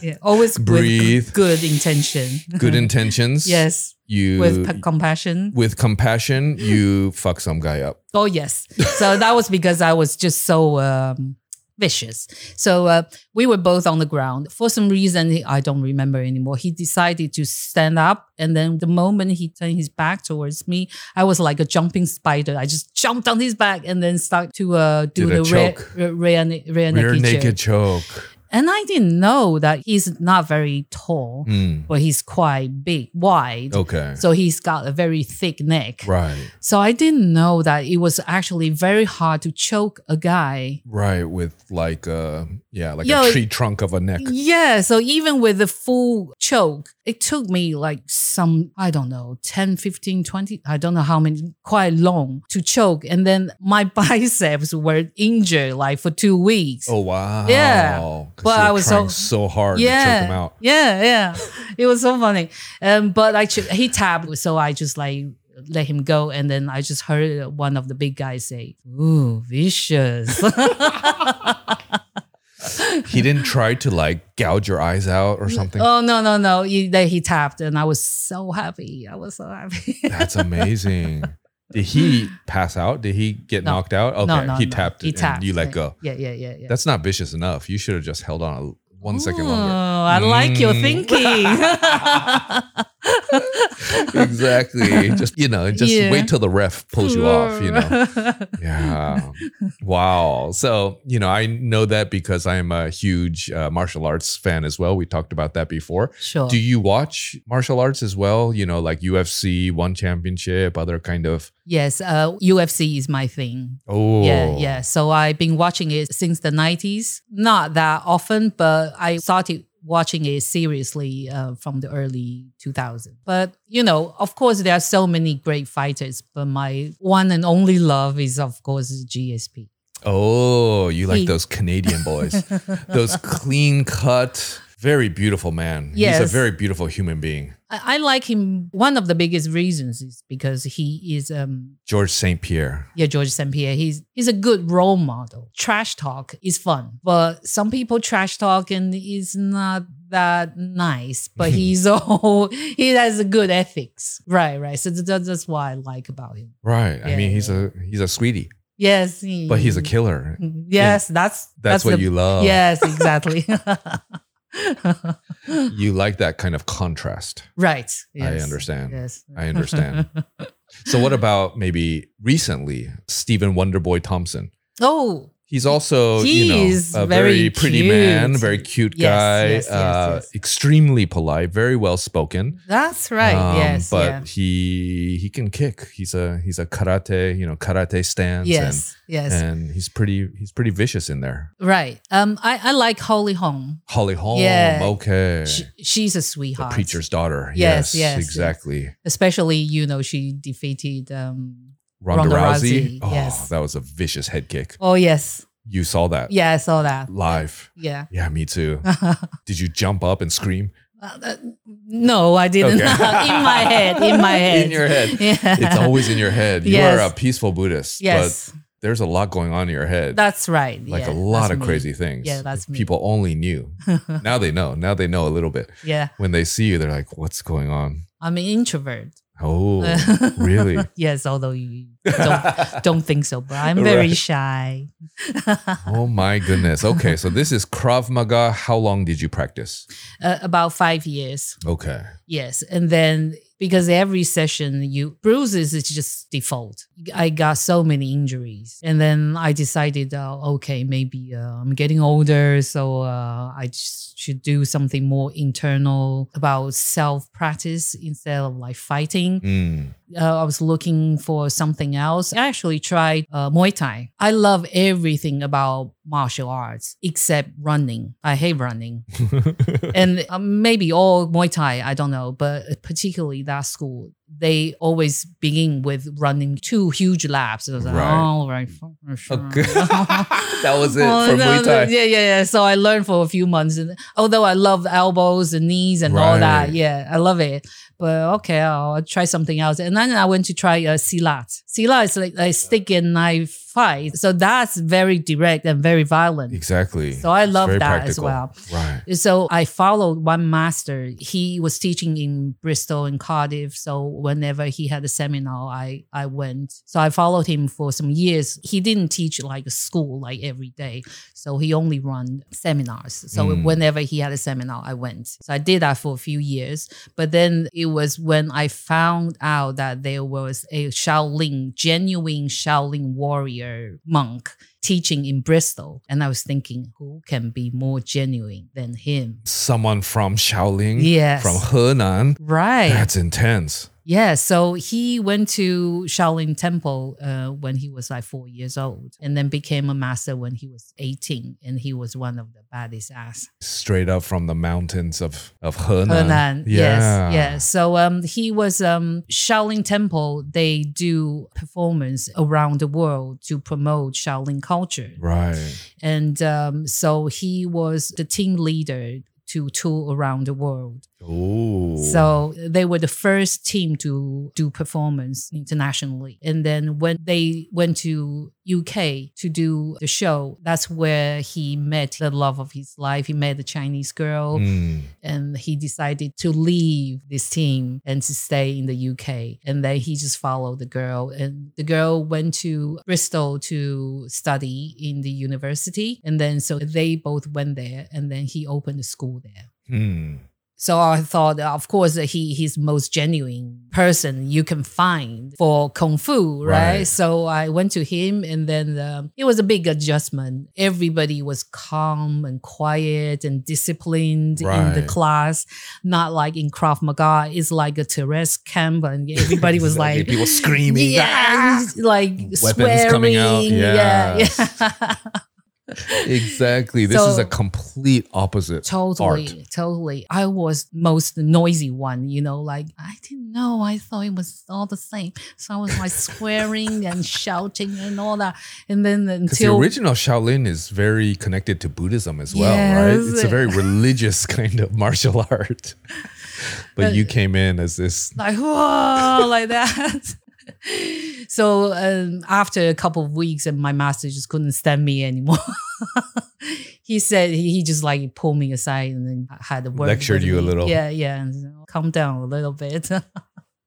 S3: Yeah, always with
S4: Breathe.
S3: good intention.
S4: Good intentions.
S3: Uh-huh. yes,
S4: You
S3: with p- compassion.
S4: with compassion, you fuck some guy up.
S3: Oh yes. So that was because I was just so um, vicious. So uh, we were both on the ground. For some reason, he- I don't remember anymore. He decided to stand up, and then the moment he turned his back towards me, I was like a jumping spider. I just jumped on his back and then start to uh, do
S4: Did a
S3: the rear,
S4: choke.
S3: rear, rear, na-
S4: Rear
S3: rear naked,
S4: naked
S3: choke.
S4: choke.
S3: And I didn't know that he's not very tall,
S4: Mm. Oh.
S3: but he's quite big, wide.
S4: Okay.
S3: So he's got a very thick neck.
S4: Right.
S3: So I didn't know that it was actually very hard to choke a guy.
S4: Right, with like a yeah, like a
S3: Yo,
S4: tree trunk of a neck.
S3: Yeah, so even with the full choke, it took me like some, I don't know, 10, 15, 20, I don't know how many, quite long to choke. And then my biceps were injured like for two weeks.
S4: Oh wow.
S3: Yeah. Well,
S4: you were
S3: I was
S4: trying
S3: so-
S4: so hard to choke
S3: yeah,
S4: him out.
S3: yeah, yeah. It was so funny. Um, but I ch- he tapped, so I just like let him go, and then I just heard one of the big guys say, "Ooh, vicious."
S4: He didn't try to like gouge your eyes out or something.
S3: oh no, no, no! He, then he tapped, and I was so happy. I was so happy.
S4: That's amazing. Did he pass out? Did he get
S3: No.
S4: knocked out? Okay,
S3: no, no,
S4: he
S3: no.
S4: tapped it
S3: He tapped.
S4: and you let go.
S3: yeah, yeah, yeah, yeah.
S4: That's not vicious enough. You should have just held on a- one second
S3: Oh,
S4: longer.
S3: I like your
S4: Mm.
S3: thinking.
S4: exactly. Just you know, just
S3: Yeah.
S4: wait till the ref pulls you off, you know. Yeah. wow. So, you know, I know that because I'm a huge uh, martial arts fan as well. We talked about that before.
S3: Sure.
S4: Do you watch martial arts as well? You know, like UFC, One Championship, other kind of.
S3: yes, uh, UFC is my thing.
S4: Oh,
S3: Yeah, yeah. So I've been watching it since the 90s. Not that often, but I started watching it seriously uh, from the early 2000s. But, you know, of course, there are so many great fighters, but my one and only love is, of course, GSP.
S4: Oh, you like
S3: He-
S4: those Canadian boys, those clean cut, very beautiful man. He's
S3: Yes.
S4: a very beautiful human being.
S3: I, I like him. One of the biggest reasons is because he is um,
S4: George St. Pierre.
S3: Yeah, George St. Pierre. He's he's a good role model. Trash talk is fun, but some people trash talk and is not that nice. But
S4: Mm-hmm.
S3: he's all he has a good ethics. Right, right. So that's, that's what I like about him.
S4: Right. I
S3: Yeah,
S4: mean, he's a he's a sweetie,
S3: Yes,
S4: but he's a
S3: kid.
S4: killer.
S3: Yes, that's
S4: That's, what
S3: the-
S4: you love.
S3: Yes, exactly.
S4: You like that kind of contrast.
S3: right. Yes.
S4: I understand.
S3: Yes,
S4: I understand. so what about maybe recently Stephen Wonderboy Thompson?
S3: oh,
S4: He's also,
S3: He's
S4: you know, a very,
S3: very
S4: pretty
S3: cute.
S4: man, very cute
S3: Yes,
S4: guy,
S3: yes, yes,
S4: uh,
S3: yes.
S4: extremely polite, very well spoken.
S3: that's right.
S4: Um,
S3: yes,
S4: but
S3: yeah.
S4: he he can kick. He's a he's a karate, you know, karate stance,
S3: yes, yes.
S4: and, and he's pretty he's pretty vicious in there.
S3: right. Um, I I like Holy Home.
S4: Holly Holm,
S3: Yeah.
S4: okay,
S3: She, she's a
S4: the
S3: sweetheart.
S4: preacher's daughter. Yes,
S3: Yes, yes, yes.
S4: exactly.
S3: especially you know she defeated um
S4: Ronda,
S3: Ronda
S4: Rousey.
S3: Rousey,
S4: Oh,
S3: yes.
S4: that was a vicious head kick.
S3: oh yes
S4: You saw that
S3: yeah i saw that
S4: live.
S3: yeah
S4: Yeah, me too.
S3: Uh,
S4: Did you jump up and scream?
S3: uh, no i didn't
S4: Okay.
S3: in my head in my head
S4: In your head.
S3: yeah
S4: It's always in your head. You
S3: Yes.
S4: are a peaceful Buddhist,
S3: yes
S4: but there's a lot going on in your head.
S3: that's right
S4: like
S3: Yeah,
S4: a lot
S3: that's
S4: of
S3: me.
S4: crazy things.
S3: Yeah, that's
S4: If
S3: me.
S4: People only knew. now they know. Now they know a little bit.
S3: yeah
S4: When they see you, they're like, "What's going on?"
S3: i'm an introvert
S4: Oh, really?
S3: yes although you Uh, don't don't think so but i'm very
S4: Right.
S3: shy
S4: oh my goodness. Okay, so this is Krav Maga. How long did you practice?
S3: uh, about five years
S4: Okay.
S3: Yes. And then because every session you bruises is just default. I got so many injuries. And then I decided, oh, okay, maybe uh, I'm getting older. So uh, I just should do something more internal about self practice instead of like fighting.
S4: Mm.
S3: Uh, I was looking for something else. I actually tried uh, Muay Thai. I love everything about martial arts except running. I hate running and um, maybe all Muay Thai, I don't know, but particularly that school, they always begin with running two huge laps. It was like,
S4: Right.
S3: all right. fine, sure." Oh,
S4: Okay. That was it for
S3: no,
S4: Muay Thai.
S3: Yeah, yeah, yeah. So I learned for a few months, and although I love elbows and knees and all
S4: Right.
S3: that, yeah, I love it. But okay, I'll, try something else. And then I went to try uh, silat. Silat is like a stick and knife fight, so that's very direct and very violent.
S4: exactly.
S3: So I
S4: It's
S3: love
S4: very
S3: that
S4: practical.
S3: as well.
S4: Right.
S3: So I followed one master. He was teaching in Bristol and Cardiff. So whenever he had a seminar, I I went. So I followed him for some years. He didn't teach like a school like every day. So he only run seminars. So
S4: Mm.
S3: whenever he had a seminar, I went. So I did that for a few years. But then it was when I found out that there was a Shaolin, genuine Shaolin warrior monk teaching in Bristol. And I was thinking, who can be more genuine than him?
S4: Someone from Shaolin,
S3: Yes.
S4: from Henan.
S3: Right.
S4: That's intense.
S3: Yeah, so he went to Shaolin Temple uh, when he was like four years old, and then became a master when he was eighteen, and he was one of the baddest ass.
S4: Straight up from the mountains of of Henan.
S3: Hernan,
S4: Yeah.
S3: yes, yes. So um, he was um, Shaolin Temple. They do performance around the world to promote Shaolin culture,
S4: Right.
S3: and um, so he was the team leader to tour around the world.
S4: Oh.
S3: So they were the first team to do performance internationally. And then when they went to UK to do the show, that's where he met the love of his life. He met the Chinese girl
S4: Mm.
S3: and he decided to leave this team and to stay in the UK. And then he just followed the girl. And the girl went to Bristol to study in the university. And then so they both went there and then he opened a school there.
S4: Mm.
S3: So I thought, of course, that he he's most genuine person you can find for kung fu, right?
S4: Right.
S3: So I went to him, and then um, it was a big adjustment. Everybody was calm and quiet and disciplined in the
S4: Right.
S3: class, not like in Krav Maga. It's like a terrorist camp, and everybody was like.
S4: people screaming.
S3: Yeah,
S4: "Ah!"
S3: like
S4: Weapons
S3: swearing.
S4: coming out,
S3: Yeah,
S4: yes.
S3: yeah.
S4: Exactly. This is
S3: So-
S4: a complete opposite.
S3: Totally,
S4: Art.
S3: totally. I was most noisy one, you know, like I didn't know. I thought it was all the same. So I was like swearing and shouting and all that. And then
S4: Because the
S3: until
S4: original Shaolin is very connected to Buddhism as well, right?
S3: Yes.
S4: It's a very religious kind of martial art. But
S3: But-
S4: you came in as this.
S3: like whoa like that so um, after a couple of weeks and my master just couldn't stand me anymore he said he he just like pulled me aside and then had a word
S4: Lectured
S3: with
S4: you a
S3: me.
S4: little.
S3: yeah yeah and, you know, calm down a little bit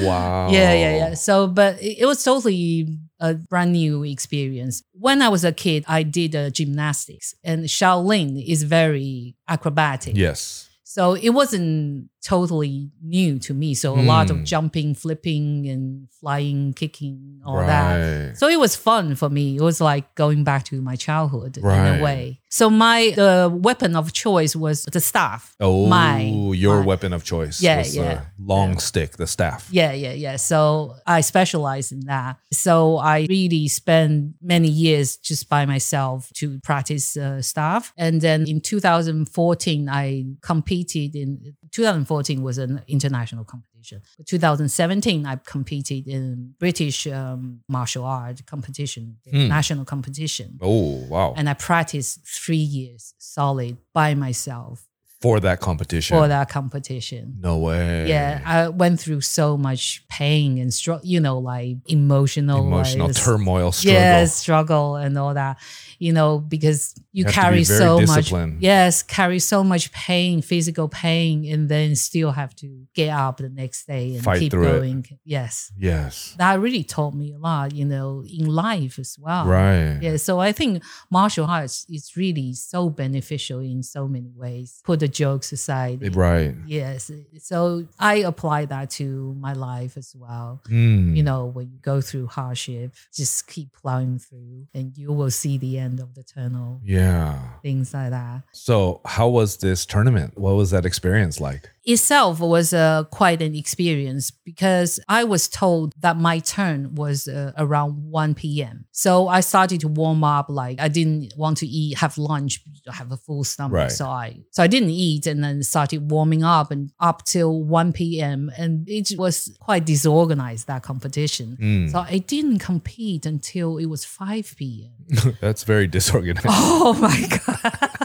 S4: Wow.
S3: Yeah, yeah, yeah. So, but it, it was totally a brand new experience. When I was a kid, I did uh, gymnastics, and Shaolin is very acrobatic.
S4: Yes.
S3: So it wasn't totally new to me. So a lot
S4: Hmm.
S3: of jumping, flipping, and flying, kicking, all that. So it was fun for me. It was like going back to my childhood in
S4: Right.
S3: a way. So my the weapon of choice was the staff.
S4: Oh,
S3: My-
S4: your
S3: my-
S4: weapon of choice
S3: Yeah,
S4: was
S3: yeah.
S4: the long
S3: Yeah.
S4: stick, the staff.
S3: Yeah, yeah, yeah. So I specialize in that. So I really spent many years just by myself to practice uh, stuff. And then in 2014, I competed in 2014 was an international competition. 2017, I competed in British um, martial art competition,
S4: Hmm.
S3: national competition.
S4: Oh, wow.
S3: And I practiced three years solid by myself
S4: for that competition.
S3: for that competition
S4: no way.
S3: yeah i went through so much pain and str- you know like emotional
S4: Emotional
S3: like,
S4: turmoil struggle.
S3: yeah struggle and all that you know because you,
S4: have to be
S3: carry
S4: very
S3: so much
S4: disciplined.
S3: yes carry so much pain physical pain and then still have to get up the next day and
S4: Fight
S3: keep
S4: through it.
S3: going yes
S4: Yes.
S3: that really taught me a lot you know in life as well
S4: Right.
S3: yeah, so I think martial arts is really so beneficial in so many ways. Put the jokes aside,
S4: Right.
S3: Yes. So I apply that to my life as well.
S4: Mm.
S3: You know, when you go through hardship, just keep plowing through and you will see the end of the tunnel,
S4: Yeah.
S3: things like that.
S4: So, how was this tournament? What was that experience like?
S3: Itself was uh, quite an experience because I was told that my turn was uh, around 1 p.m. So I started to warm up. Like I didn't want to eat, have lunch, have a full stomach.
S4: Right.
S3: So I so I didn't eat and then started warming up and up till 1 p.m. And it was quite disorganized that competition.
S4: Mm.
S3: So I didn't compete until it was 5 p.m.
S4: That's very disorganized.
S3: Oh my God.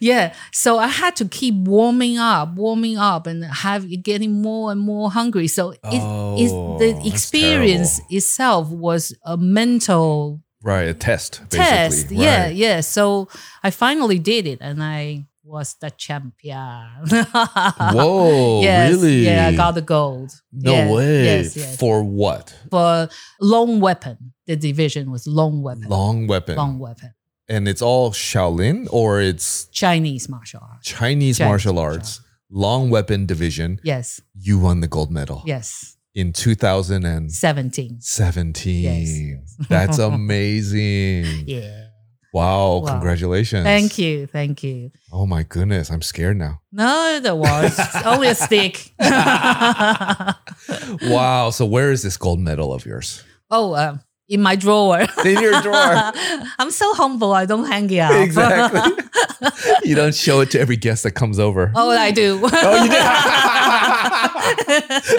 S3: yeah. So I had to keep warming up, warming up, and have getting more and more hungry. So it, it's-
S4: Oh,
S3: the
S4: that's
S3: experience
S4: terrible.
S3: itself was a mental
S4: Right. A test, basically.
S3: test. Yeah,
S4: Right.
S3: yeah. So I finally did it and I was the champion.
S4: Whoa.
S3: Yes,
S4: really?
S3: Yeah, I got the gold.
S4: No
S3: Yeah,
S4: way.
S3: Yes, yes.
S4: For what?
S3: For long weapon, the division was long weapon.
S4: Long weapon.
S3: long weapon.
S4: And it's all Shaolin or it's
S3: Chinese martial art.
S4: Chinese,
S3: Chinese
S4: martial
S3: martial
S4: arts, long weapon division.
S3: Yes,
S4: You won the gold medal
S3: yes.
S4: in 2017.
S3: 17. Yes.
S4: That's amazing.
S3: Yeah.
S4: Wow,
S3: Wow.
S4: congratulations.
S3: Thank you. Thank you.
S4: Oh my goodness, I'm scared now.
S3: No, there was only a stick.
S4: Wow, so where is this gold medal of yours?
S3: oh, um, in my drawer.
S4: In your drawer.
S3: I'm so humble. I don't hang it out.
S4: exactly. you don't show it to every guest that comes over.
S3: oh, I do.
S4: Oh, you did?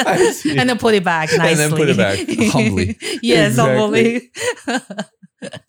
S4: I see.
S3: and then put it back nicely.
S4: And then put it back humbly.
S3: yes,
S4: Exactly.
S3: humbly.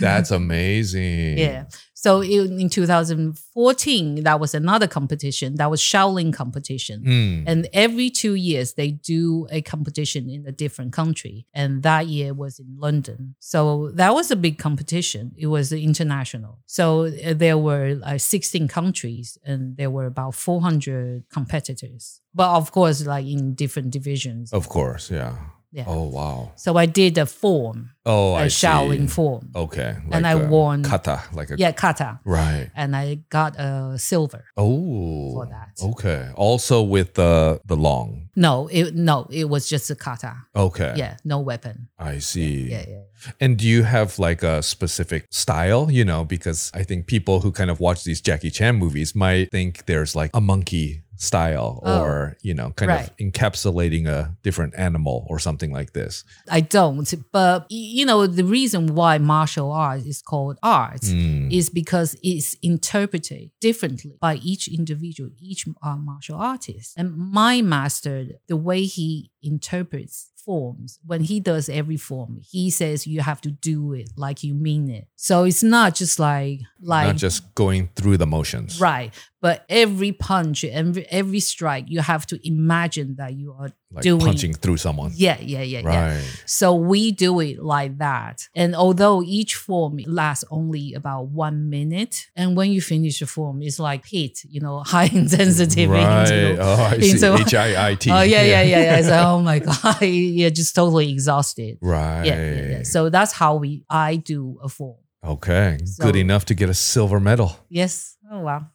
S4: That's amazing.
S3: Yeah. So in, in 2014, that was another competition. That was Shaolin competition.
S4: Mm.
S3: And every two years, they do a competition in a different country. And that year was in London. So that was a big competition. It was international. So uh, there were uh, 16 countries and there were about 400 competitors. But of course, like in different divisions.
S4: Of course, yeah.
S3: Yeah.
S4: Oh wow.
S3: So I did a form,
S4: Oh, I
S3: a Shaolin
S4: see. Oh,
S3: form.
S4: Okay.
S3: And I
S4: a
S3: won-
S4: kata, like a
S3: Yeah, kata.
S4: Right.
S3: And I got a silver.
S4: Oh.
S3: For that.
S4: Okay. Also with the the long.
S3: No, it no, it was just a kata.
S4: Okay.
S3: Yeah, no weapon.
S4: I see.
S3: Yeah, yeah.
S4: And do you have like a specific style, you know, because I think people who kind of watch these Jackie Chan movies might think there's like a monkey style
S3: Oh.
S4: or, you know, kind of
S3: Right.
S4: encapsulating a different animal or something like this.
S3: I don't, but y- you know the reason why martial art is called art
S4: Mm.
S3: is because it's interpreted differently by each individual, each uh, martial artist. And my master, the way he interprets forms, when he does every form, he says you have to do it like you mean it. So it's not just like like
S4: Not just going through the motions.
S3: Right. But every punch, every every strike, you have to imagine that you are
S4: Like
S3: doing
S4: punching through someone.
S3: Yeah, yeah, yeah, yeah.
S4: Right.
S3: So we do it like that. And although each form lasts only about one minute, and when you finish the form, it's like hit, you know, high intensity.
S4: Right.
S3: into-
S4: Oh, I see.
S3: into-
S4: H I I T.
S3: Oh yeah, yeah, yeah, yeah. It's like, oh my god, you're just totally exhausted.
S4: Right.
S3: Yeah, yeah, yeah. So that's how we I do a form.
S4: Okay.
S3: So-
S4: Good enough to get a silver medal.
S3: Yes. Oh wow.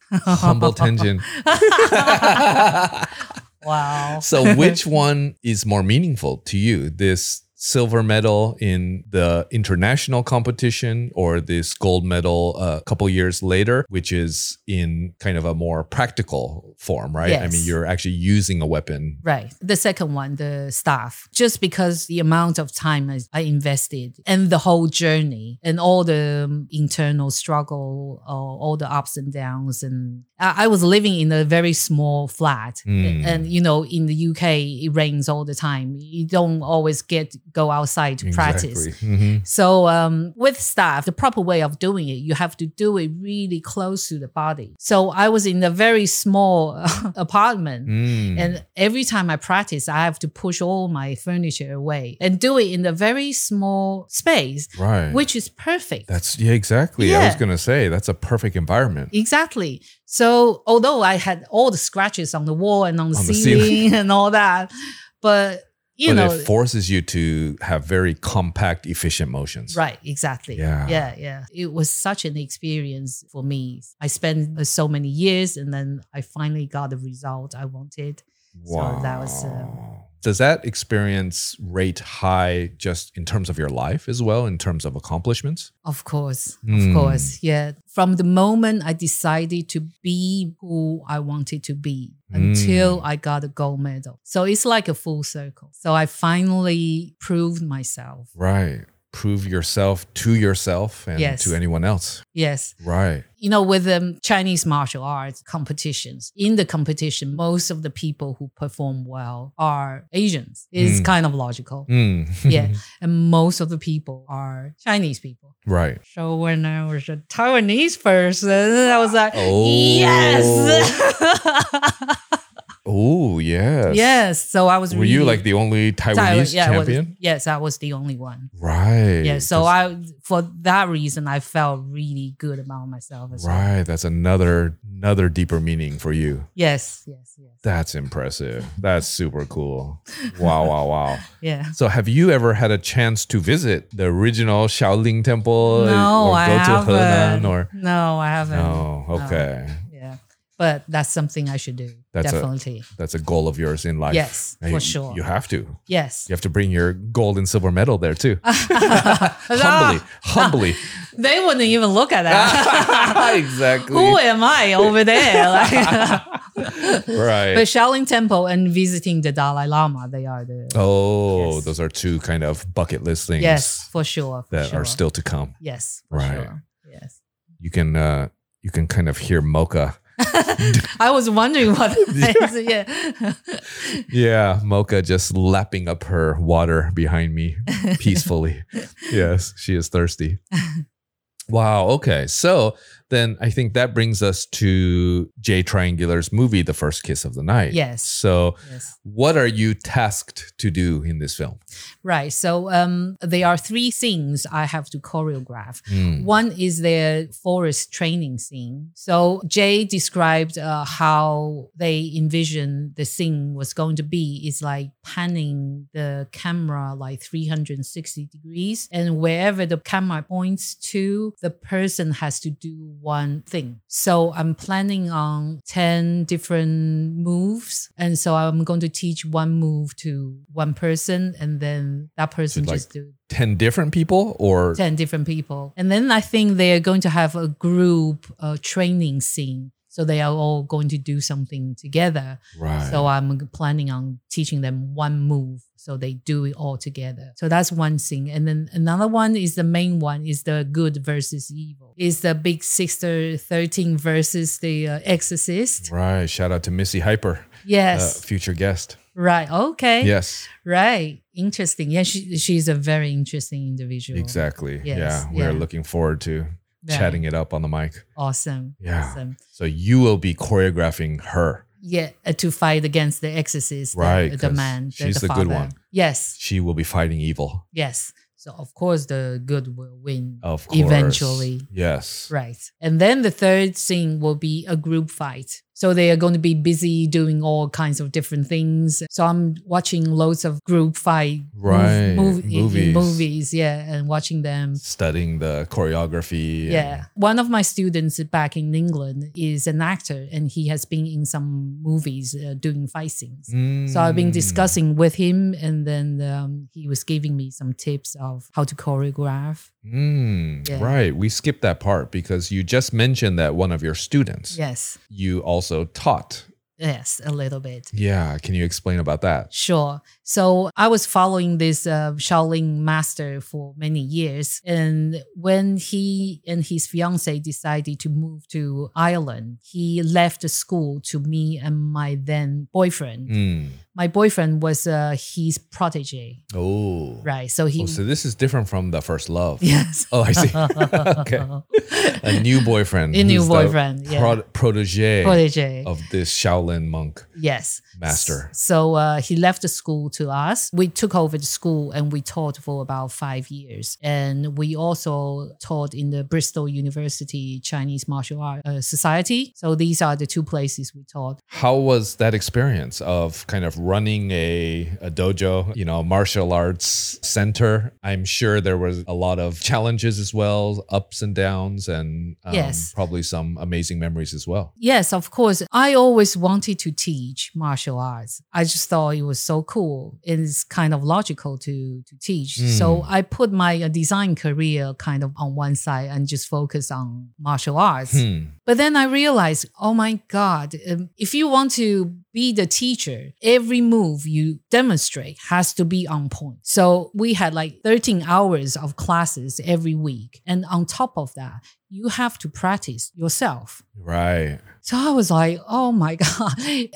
S4: Humble tension.
S3: wow.
S4: so, which one is more meaningful to you? This silver medal in the international competition or this gold medal a couple years later, which is in kind of a more practical form, right? I mean,
S3: Yes.
S4: you're actually using a weapon.
S3: Right. The second one, the staff, just because the amount of time I, I invested and the whole journey and all the um, internal struggle, uh, all the ups and downs. And I, I was living in a very small flat.
S4: Mm.
S3: And, you know, in the UK, it rains all the time. You don't always get go outside to practice.
S4: Exactly. Mhm.
S3: So um, with staff, the proper way of doing it, you have to do it really close to the body. So I was in a very small apartment.
S4: Mm.
S3: And every time I practice, I have to push all my furniture away and do it in a very small space,
S4: right.
S3: which is perfect.
S4: That's yeah, exactly. I was
S3: Yeah.
S4: going to say that's a perfect environment.
S3: exactly. So, although I had all the scratches on the wall and on the,
S4: On the
S3: ceiling,
S4: ceiling.
S3: and all that, but
S4: but
S3: you know,
S4: it forces you to have very compact, efficient motions.
S3: right? Exactly.
S4: Yeah.
S3: Yeah. Yeah. It was such an experience for me. I spent uh, so many years, and then I finally got the result I wanted. So that was, um,
S4: Wow. Does that experience rate high just in terms of your life as well, in terms of accomplishments?
S3: Of course,
S4: Hmm.
S3: of course, yeah. From the moment I decided to be who I wanted to be until
S4: Hmm.
S3: I got a gold medal. So it's like a full circle. So I finally proved myself.
S4: Right. Prove yourself to yourself and
S3: Yes.
S4: to anyone else.
S3: Yes.
S4: Right.
S3: You know, with um, Chinese martial arts competitions, in the competition, most of the people who perform well are Asians. It's
S4: Hmm.
S3: kind of logical.
S4: Mm.
S3: Yeah. And most of the people are Chinese people.
S4: right.
S3: So when I was a Taiwanese person, I was like,
S4: Oh.
S3: yes,
S4: Oh, yes.
S3: yes. So I was.
S4: Were you
S3: really-
S4: like the only
S3: Taiwan-
S4: Taiwanese
S3: yeah, I was-
S4: champion?
S3: yes, I was the only one.
S4: Right.
S3: Yeah. So
S4: That's-
S3: I, for that reason, I felt really good about myself. As Well.
S4: Right. That's another another deeper meaning for you.
S3: Yes. Yes. Yes.
S4: That's impressive. That's super cool. Wow, wow, wow.
S3: yeah.
S4: So, have you ever had a chance to visit the original Shaolin Temple
S3: No,
S4: or
S3: I
S4: go to
S3: haven't.
S4: Henan or
S3: no, I haven't.
S4: No, okay.
S3: Yeah. but that's something I should do.
S4: That's a-
S3: Definitely.
S4: That's a goal of yours in life.
S3: Yes,
S4: And
S3: for
S4: you-
S3: sure.
S4: You have to.
S3: yes.
S4: You have to bring your gold and silver medal there too.
S3: Ah.
S4: humbly, humbly.
S3: They wouldn't even look at that.
S4: exactly.
S3: Who am I over there? Like,
S4: right.
S3: but Shaolin Temple and visiting the Dalai Lama, they are the
S4: oh,
S3: Yes.
S4: those are two kind of bucket list things
S3: yes, for sure. for
S4: that
S3: sure.
S4: are still to come.
S3: yes, for
S4: Right.
S3: Sure. Yes,
S4: You can uh you can kind of hear mocha.
S3: I was wondering what. that is. yeah.
S4: Yeah, mocha just lapping up her water behind me peacefully. yes, she is thirsty. Wow, okay. So then I think that brings us to Jay Triangular's movie The First Kiss of the Night.
S3: Yes.
S4: So
S3: yes.
S4: what are you tasked to do in this film?
S3: Right. So um, there are three things I have to choreograph.
S4: Mm.
S3: One is their forest training scene. So Jay described uh, how they envisioned the scene was going to be is like panning the camera like 360 degrees, and wherever the camera points to, the person has to do one thing. So I'm planning on 10 different moves, and so I'm going to teach one move to one person, and then that person
S4: like-
S3: just do
S4: 10 different people or
S3: 10 different people. And then I think they are going to have a group uh, training scene. So they are all going to do something together.
S4: right.
S3: So I'm planning on teaching them one move. So they do it all together. So that's one thing. And then another one is the main one is the good versus evil. Is the big sister 13 versus the uh, exorcist.
S4: right. Shout out to Missy Hyper, uh,
S3: Yes.
S4: future guest.
S3: right. Okay.
S4: Yes.
S3: Right. Interesting. Yeah. She, she's a very interesting individual.
S4: Exactly.
S3: Yes,
S4: Yeah. We are
S3: yeah.
S4: looking forward to
S3: Very
S4: chatting it up on the mic.
S3: Awesome.
S4: Yeah.
S3: Awesome.
S4: So you will be choreographing her.
S3: yeah uh, to fight against the exorcist the-
S4: Right,
S3: the,
S4: 'cause
S3: man the,
S4: she's the good
S3: father.
S4: one.
S3: yes
S4: She will be fighting evil.
S3: yes so of course the good will win
S4: Of course.
S3: eventually
S4: Yes.
S3: right and then the third thing will be a group fight so they are going to be busy doing all kinds of different things so i'm watching loads of group fight mov-
S4: Right,
S3: mov- i- i-
S4: movies.
S3: movies yeah and watching them
S4: Studying the choreography. and-
S3: yeah. One of my students back in England is an actor and he has been in some movies uh, doing fight scenes. So I've been
S4: Mm.
S3: discussing with him, and then um, he was giving me some tips of how to choreograph.
S4: Mm,
S3: Yeah.
S4: Right. We skipped that part because you just mentioned that one of your students
S3: Yes,
S4: you also taught.
S3: yes, a little bit.
S4: Yeah. Can you explain about that?
S3: Sure. So I was following this uh, Shaolin master for many years, and when he and his fiance decided to move to Ireland, he left the school to me and my then boyfriend.
S4: Mm.
S3: My boyfriend was uh, his protege,
S4: Oh.
S3: right? So he,
S4: Oh, so this is different from the first love.
S3: yes.
S4: Oh, I see. okay. A new boyfriend.
S3: A new
S4: who's the
S3: boyfriend, yeah.
S4: prod- protege,
S3: protege.
S4: of this Shaolin monk
S3: Yes.
S4: Oh, master.
S3: So uh, he left the school to us. We took over the school and we taught for about five years. And we also taught in the Bristol University Chinese Martial Art uh, Society. So these are the two places we taught.
S4: How was that experience of kind of running a, a dojo, you know, martial arts center? I'm sure there was a lot of challenges as well, ups and downs, and um,
S3: Yes.
S4: probably some amazing memories as well.
S3: Yes, of course. I always wanted to teach martial arts. I just thought it was so cool. and It's kind of logical to to teach.
S4: Mm.
S3: So I put my uh, design career kind of on one side and just focus on martial arts.
S4: Hmm.
S3: But then I realized, oh my God, um, if you want to be the teacher, every move you demonstrate has to be on point. So we had like 13 hours of classes every week. And on top of that, you have to practice yourself.
S4: Right.
S3: So I was like, oh my God.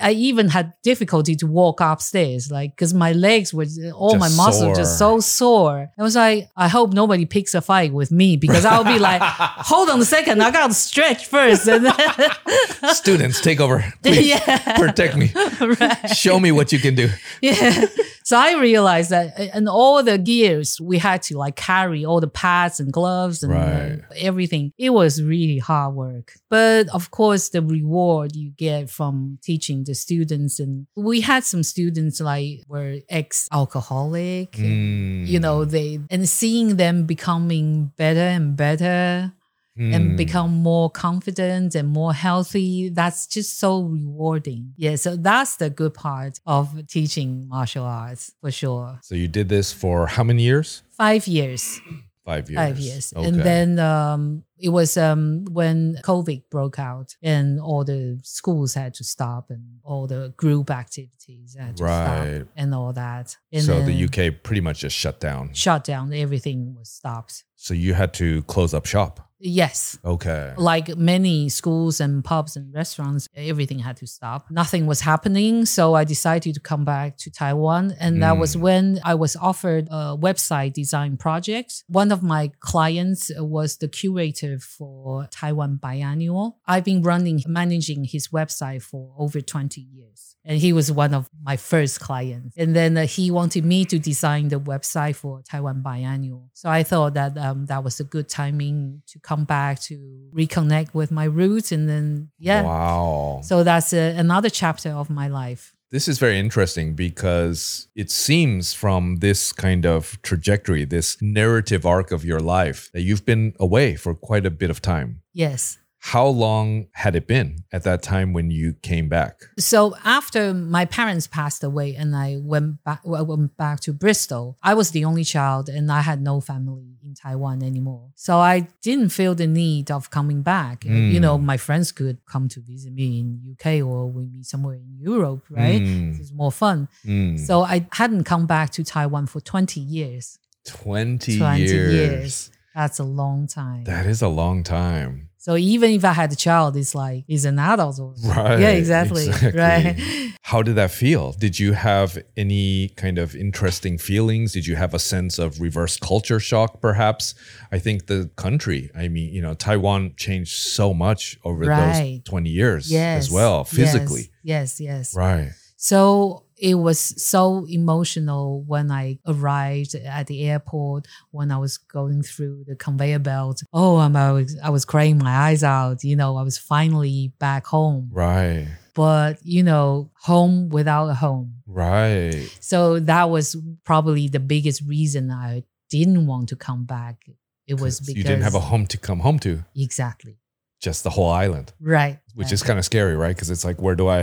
S3: I even had difficulty to walk upstairs, like, because my legs were, all
S4: Just
S3: my muscles just so
S4: sore.
S3: sore. I was like, I hope nobody picks a fight with me because I'll be like, hold on a second, I got to stretch first. And then,
S4: Students, take over. Please
S3: yeah.
S4: protect me.
S3: right.
S4: Show me what you can do.
S3: Yeah. So I realized that and all the gears we had to like carry all the pads and gloves and uh,
S4: Right.
S3: everything. It was really hard work. But of course the reward you get from teaching the students and we had some students like were ex-alcoholic.
S4: Hmm.
S3: You know, they and seeing them becoming better and better and
S4: Hmm.
S3: become more confident and more healthy. That's just so rewarding. Yeah, so that's the good part of teaching martial arts for sure.
S4: So you did this for how many years?
S3: Five years,
S4: Five years.
S3: five years,
S4: Okay.
S3: and then um, it was um, when COVID broke out and all the schools had to stop and all the group activities had to
S4: Right.
S3: stop and all that. And
S4: so
S3: then
S4: the UK pretty much just shut down.
S3: shut down. Everything was stopped.
S4: So you had to close up shop.
S3: Yes.
S4: Okay.
S3: like many schools and pubs and restaurants, everything had to stop. Nothing was happening. So I decided to come back to Taiwan. And that was
S4: Mm.
S3: when I was offered a website design project. One of my clients was the curator for Taiwan Biannual. I've been running, managing his website for over 20 years. And he was one of my first clients. And then uh, he wanted me to design the website for Taiwan Biannual. So I thought that um, that was a good timing to come back to reconnect with my roots. And then, yeah.
S4: Wow.
S3: So that's uh, another chapter of my life.
S4: This is very interesting because it seems from this kind of trajectory, this narrative arc of your life, that you've been away for quite a bit of time.
S3: Yes.
S4: How long had it been at that time when you came back?
S3: So after my parents passed away and I went back, well, I went back to Bristol, I was the only child and I had no family in Taiwan anymore. So I didn't feel the need of coming back.
S4: Mm.
S3: You know, my friends could come to visit me in UK or we meet somewhere in Europe, right?
S4: Mm,
S3: It's more fun.
S4: mm.
S3: So I hadn't come back to Taiwan for 20 years.
S4: 20,
S3: 20
S4: years.
S3: years. That's a long time.
S4: That is a long time.
S3: so even if I had a child, it's like, it's an adult. or-
S4: Right,
S3: Yeah, exactly.
S4: exactly.
S3: Right.
S4: How did that feel? Did you have any kind of interesting feelings? Did you have a sense of reverse culture shock, perhaps? I think the country, I mean, you know, Taiwan changed so much over
S3: Right.
S4: those 20 years
S3: yes,
S4: as well, physically.
S3: Yes, yes. yes.
S4: Right.
S3: So it was so emotional when I arrived at the airport, when I was going through the conveyor belt. Oh, I'm, I, was, I was crying my eyes out. You know, I was finally back home.
S4: Right.
S3: But, you know, home without a home.
S4: Right.
S3: So that was probably the biggest reason I didn't want to come back. It was because
S4: you didn't have a home to come home to,
S3: Exactly.
S4: just the whole island,
S3: Right.
S4: which
S3: right.
S4: is kind of scary, right? Because it's like, where do I,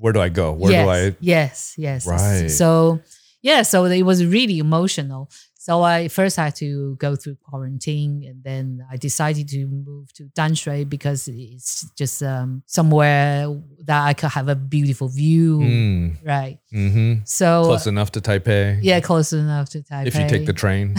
S4: where do I go? Where
S3: yes,
S4: do I
S3: Yes, yes.
S4: Right.
S3: So, yeah, so it was really emotional. So I first had to go through quarantine, and then I decided to move to Danshui because it's just um, somewhere that I could have a beautiful view.
S4: Mm,
S3: Right.
S4: hmm
S3: So
S4: Close enough to Taipei.
S3: Oh, yeah, close enough to Taipei.
S4: If you take the train,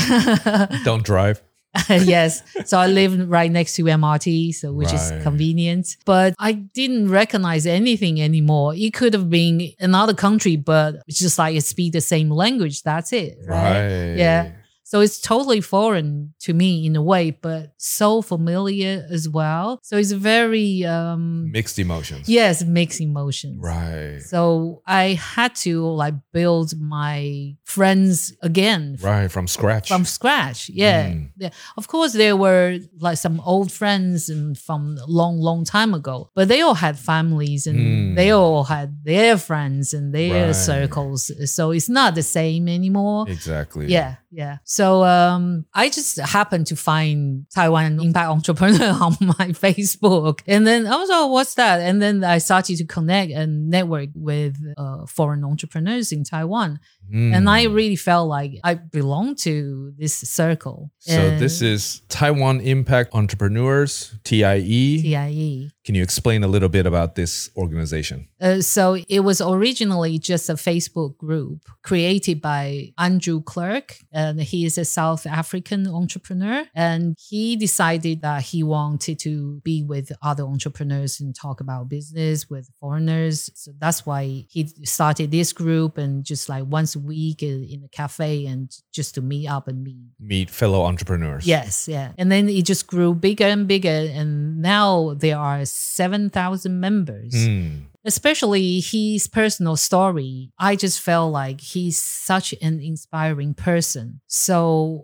S4: don't drive.
S3: yes. So I live right next to MRT, so which
S4: Right.
S3: is convenient. But I didn't recognize anything anymore. It could have been another country, but it's just like it speak the same language. That's it. Right.
S4: Right.
S3: Yeah. So it's totally foreign to me in a way, but so familiar as well. So it's very um
S4: Mixed emotions.
S3: yes, mixed emotions.
S4: Right.
S3: So I had to like build my friends again
S4: Right. From scratch.
S3: from scratch. Yeah.
S4: Mm.
S3: yeah. Of course, there were like some old friends and from a long, long time ago, but they all had families and
S4: Mm.
S3: they all had their friends and their
S4: Right.
S3: circles. So it's not the same anymore.
S4: exactly.
S3: Yeah, yeah. So um, I just happened to find Taiwan Impact Entrepreneur on my Facebook, and then I was, oh, what's that? And then I started to connect and network with uh, foreign entrepreneurs in Taiwan,
S4: Mm.
S3: and I really felt like I belong to this circle.
S4: So this is Taiwan Impact Entrepreneurs TIE.
S3: E. TIE.
S4: Can you explain a little bit about this organization?
S3: Uh, so it was originally just a Facebook group created by Andrew Clerk, and he is a South African entrepreneur. And he decided that he wanted to be with other entrepreneurs and talk about business with foreigners. So that's why he started this group and just like once a week in in a cafe and just to meet up and meet
S4: Meet fellow entrepreneurs.
S3: Yes, yeah. And then it just grew bigger and bigger. And now there are 7,000 members.
S4: Mm.
S3: especially his personal story. I just felt like he's such an inspiring person. So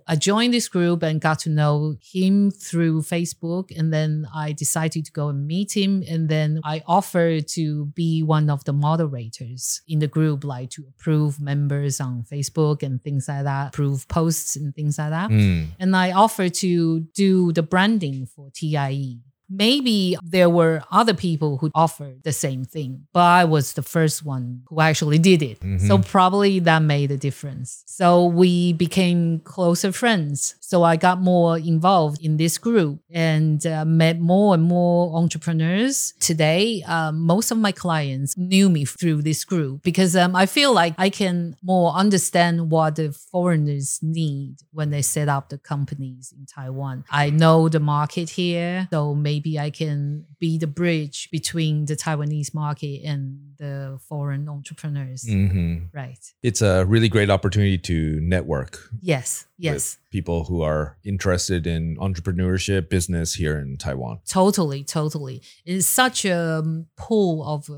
S3: I joined this group and got to know him through Facebook. And then I decided to go and meet him. And then I offered to be one of the moderators in the group, like to approve members on Facebook and things like that, approve posts and things like that.
S4: Mm.
S3: And I offered to do the branding for TIE. Maybe there were other people who offered the same thing, but I was the first one who actually did it. So probably that made a difference. So we became closer friends. So I got more involved in this group and uh, met more and more entrepreneurs. Today, uh, most of my clients knew me through this group because um, I feel like I can more understand what the foreigners need when they set up the companies in Taiwan. I know the market here, so maybe I can be the bridge between the Taiwanese market and the foreign entrepreneurs.
S4: hmm
S3: Right.
S4: It's a really great opportunity to network
S3: Yes. Yes.
S4: people who are interested in entrepreneurship business here in Taiwan.
S3: Totally, totally. It's such a um, pool of uh,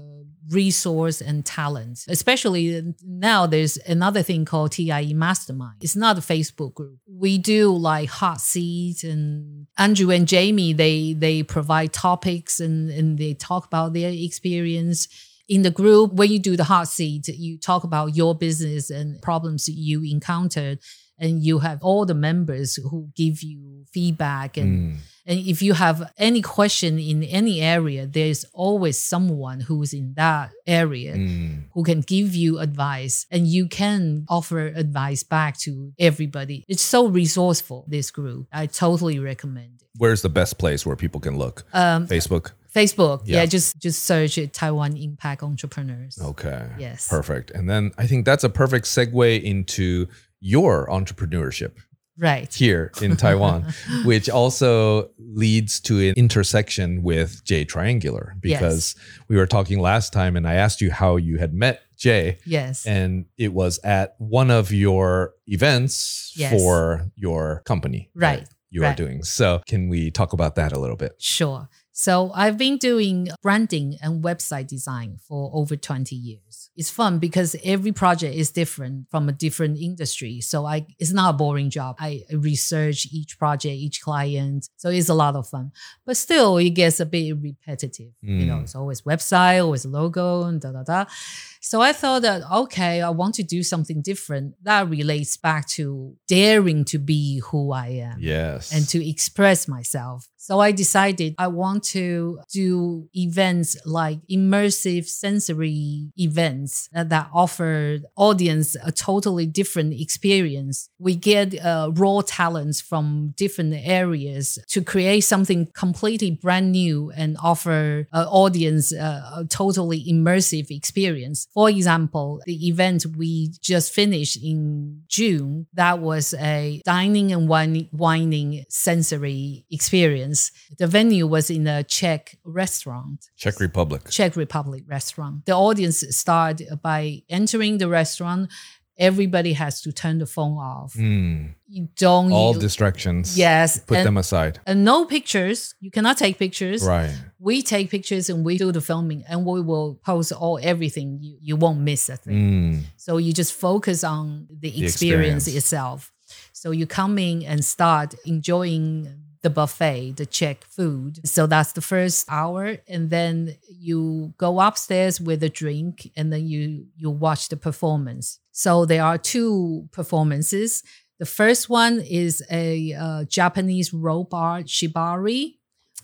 S3: resource and talent. Especially now, there's another thing called TIE Mastermind. It's not a Facebook group. We do like hot seats, and Andrew and Jamie they they provide topics and and they talk about their experience. In the group, when you do the hot seat, you talk about your business and problems you encountered, and you have all the members who give you feedback and
S4: Mm.
S3: and if you have any question in any area, there's always someone who's in that area
S4: Mm.
S3: who can give you advice and you can offer advice back to everybody. It's so resourceful, this group. I totally recommend it.
S4: Where's the best place where people can look?
S3: Um,
S4: Facebook.
S3: Facebook. Yeah.
S4: Yeah.
S3: just just search it Taiwan Impact Entrepreneurs.
S4: Okay.
S3: Yes.
S4: Perfect. And then I think that's a perfect segue into your entrepreneurship
S3: Right.
S4: here in Taiwan, which also leads to an intersection with Jay Triangular because we were talking last time and I asked you how you had met Jay.
S3: Yes.
S4: and it was at one of your events
S3: Yes.
S4: for your company
S3: Right,
S4: that you are
S3: right.
S4: doing so can we talk about that a little bit
S3: Sure. So I've been doing branding and website design for over 20 years. It's fun because every project is different from a different industry. So I it's not a boring job. I research each project, each client. So it's a lot of fun. But still it gets a bit repetitive. You know,
S4: Mm.
S3: it's always website, always logo and da da da. So I thought that okay, I want to do something different. That relates back to daring to be who I am
S4: yes
S3: and to express myself. So I decided I want to do events like immersive sensory events uh, that offer audience a totally different experience. We get uh, raw talents from different areas to create something completely brand new and offer uh, audience uh, a totally immersive experience. For example, the event we just finished in June that was a dining and wine- wining sensory experience. The venue was in a Czech restaurant.
S4: czech republic
S3: Czech Republic restaurant. The audience start by entering the restaurant. Everybody has to turn the phone off.
S4: Mm.
S3: You don't
S4: all
S3: use-
S4: distractions
S3: yes,
S4: put
S3: and,
S4: them aside
S3: and no pictures. You cannot take pictures
S4: right
S3: we take pictures and we do the filming and we will post all everything you, you won't miss a thing
S4: Mm.
S3: so you just focus on the,
S4: experience.
S3: experience, itself so you come in and start enjoying the buffet the czech food so that's the first hour and then you go upstairs with a drink and then you you watch the performance so there are two performances the first one is a uh, japanese rope art shibari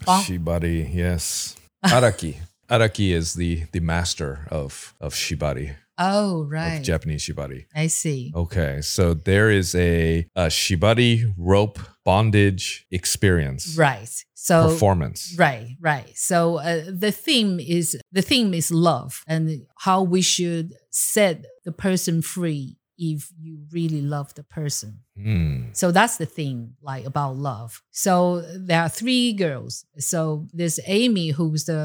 S3: Bon-
S4: shibari yes araki araki is the the master of of shibari
S3: oh
S4: of
S3: right
S4: japanese shibari
S3: I see.
S4: okay so there is a, a shibari rope bondage experience
S3: Right. So
S4: performance
S3: right, right. So uh, the theme is the theme is love and how we should set the person free if you really love the person.
S4: Mm.
S3: So that's the thing, like about love. So there are three girls. So there's Amy, who's the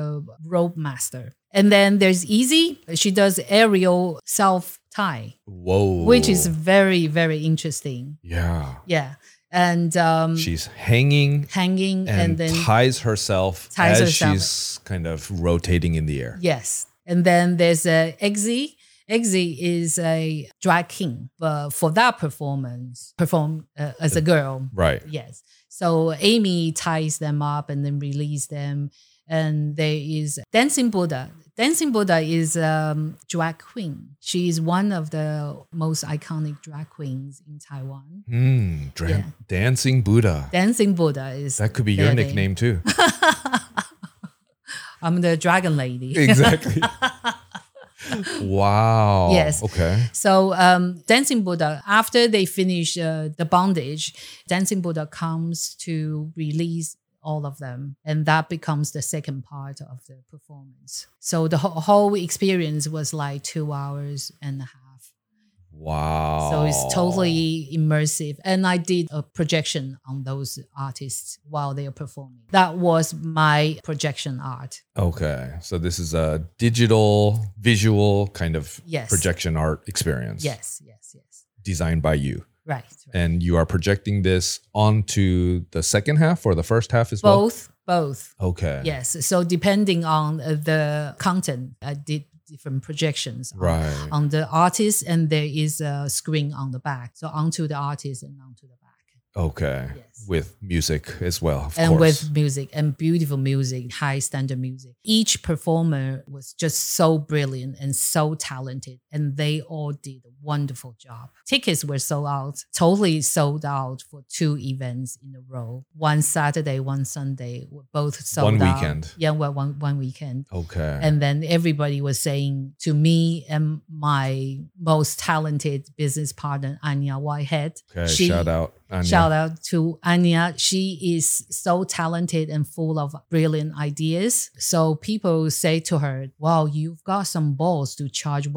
S3: rope master, and then there's Easy. She does aerial self tie,
S4: Whoa.
S3: which is very, very interesting.
S4: yeah.
S3: Yeah, and um,
S4: She's hanging
S3: hanging
S4: and,
S3: and then
S4: ties herself
S3: Ties
S4: as
S3: herself.
S4: she's kind of rotating in the air.
S3: Yes. And then there's uh, Eggsy. Eggsy is a drag king, but for that performance, performed uh, as a girl.
S4: Right.
S3: Yes. So Amy ties them up and then release them. And there is Dancing Buddha. Dancing Buddha is um, drag queen. She is one of the most iconic drag queens in Taiwan.
S4: Hmm. dra-
S3: Yeah.
S4: Dancing Buddha.
S3: Dancing Buddha is
S4: that could be your
S3: their name.
S4: nickname too.
S3: I'm the dragon lady.
S4: exactly. wow.
S3: Yes.
S4: Okay.
S3: So um, Dancing Buddha, after they finish uh, the bondage, Dancing Buddha comes to release all of them, and that becomes the second part of the performance. So the whole, whole experience was like two hours and a half.
S4: Wow.
S3: So it's totally immersive. And I did a projection on those artists while they are performing. That was my projection art.
S4: Okay. So this is a digital visual kind of
S3: Yes.
S4: projection art experience.
S3: Yes, yes, yes.
S4: Designed by you.
S3: Right. right.
S4: And you are projecting this onto the second half or the first half as
S3: Both, both.
S4: well? Okay.
S3: Yes. So depending on uh, the content, I did different projections on-
S4: Right.
S3: on the artist, and there is a screen on the back, so onto the artist and onto the back,
S4: Okay.
S3: Yes.
S4: With music as well. Of
S3: and
S4: course.
S3: with music and beautiful music, high standard music. Each performer was just so brilliant and so talented, and they all did a wonderful job. Tickets were sold out, totally sold out for two events in a row. One Saturday, one Sunday, were both sold
S4: One
S3: out.
S4: weekend.
S3: Yeah, well, one one weekend.
S4: okay.
S3: And then everybody was saying to me and my most talented business partner, Anya Whitehead.
S4: okay. shout out. Anya.
S3: Shout out to Anya. She is so talented and full of brilliant ideas. So people say to her, Wow, you've got some balls to charge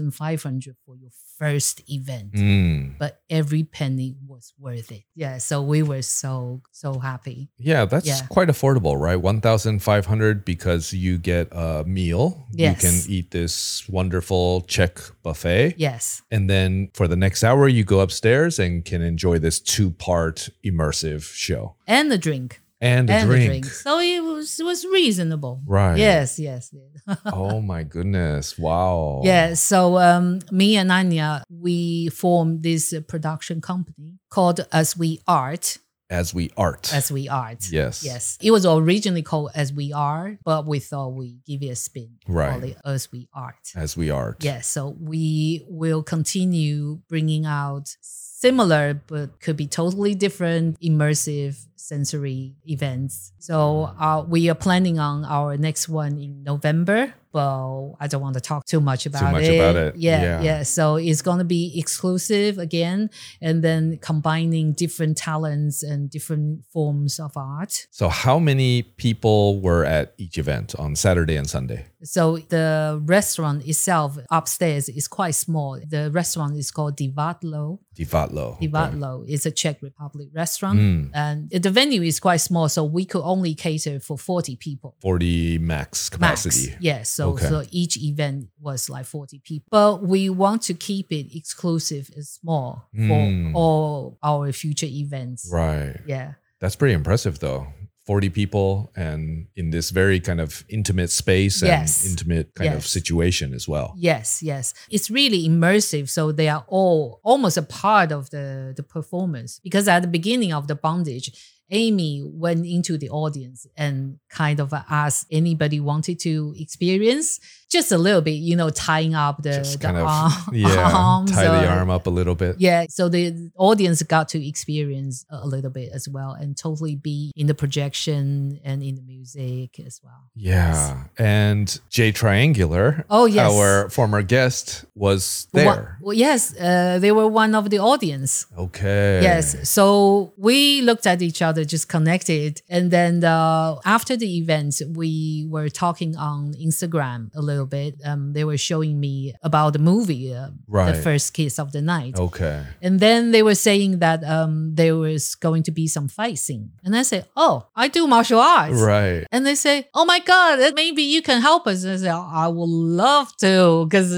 S3: 1500 for your first event.
S4: Mm.
S3: But every penny was worth it. Yeah. So we were so, so happy.
S4: Yeah, that's
S3: Yeah.
S4: quite affordable, right? 1500 because you get a meal.
S3: Yes.
S4: You can eat this wonderful Czech buffet.
S3: Yes.
S4: And then for the next hour, you go upstairs and can enjoy this two part immersive show
S3: And the drink.
S4: and a
S3: and
S4: drink.
S3: the drink. So it was, it was reasonable.
S4: Right.
S3: Yes, yes. yes.
S4: oh my goodness. Wow.
S3: Yeah, so um, me and Anya, we formed this uh, production company called As We Art.
S4: As we art.
S3: As We Art.
S4: yes.
S3: Yes. It was originally called As We Are, but we thought we give it a spin.
S4: Right.
S3: Call it As We Art.
S4: As we art.
S3: Yes, so we will continue bringing out similar, but could be totally different, immersive sensory events. So uh, we are planning on our next one in November, but I don't want to talk too much about
S4: much
S3: it.
S4: about it,
S3: Yeah,
S4: yeah.
S3: yeah, So it's going to be exclusive again, and then combining different talents and different forms of art.
S4: So, how many people were at each event on Saturday and Sunday?
S3: So the restaurant itself upstairs is quite small. The restaurant is called Divatlo.
S4: Divatlo.
S3: Divatlo is a Czech Republic restaurant.
S4: Mm,
S3: And the venue is quite small, so we could only cater for 40 people.
S4: 40 max capacity.
S3: Max. Yeah, so,
S4: Okay.
S3: so each event was like 40 people. But we want to keep it exclusive and small
S4: Mm.
S3: for all our future events.
S4: Right.
S3: Yeah.
S4: That's pretty impressive, though. 40 people and in this very kind of intimate space and
S3: Yes.
S4: intimate kind of
S3: Yes.
S4: situation as well.
S3: Yes, yes. It's really immersive. So they are all almost a part of the, the performance. Because at the beginning of the bondage, Amy went into the audience and kind of asked anybody wanted to experience just a little bit, you know, tying up the,
S4: Just
S3: the
S4: kind
S3: arm,
S4: of yeah,
S3: arms
S4: tie the
S3: or-
S4: arm up a little bit.
S3: Yeah, so the audience got to experience a a little bit as well and totally be in the projection and in the music as well.
S4: Yeah. And Jay Triangular,
S3: Oh, yes.
S4: our former guest, was
S3: One-
S4: there.
S3: well, yes, uh, they were one of the audience.
S4: Okay.
S3: Yes. So we looked at each other, just connected. And then uh, after the event, we were talking on Instagram a little bit. Um, they were showing me about the movie, uh,
S4: Right. Oh.
S3: The First Kiss of the Night.
S4: Okay.
S3: And then they were saying that um, there was going to be some fight scene. And I said, Oh, I do martial arts.
S4: Right.
S3: And they say, "Oh my God, uh, maybe you can help us." And I say, "Oh, "I would love to, because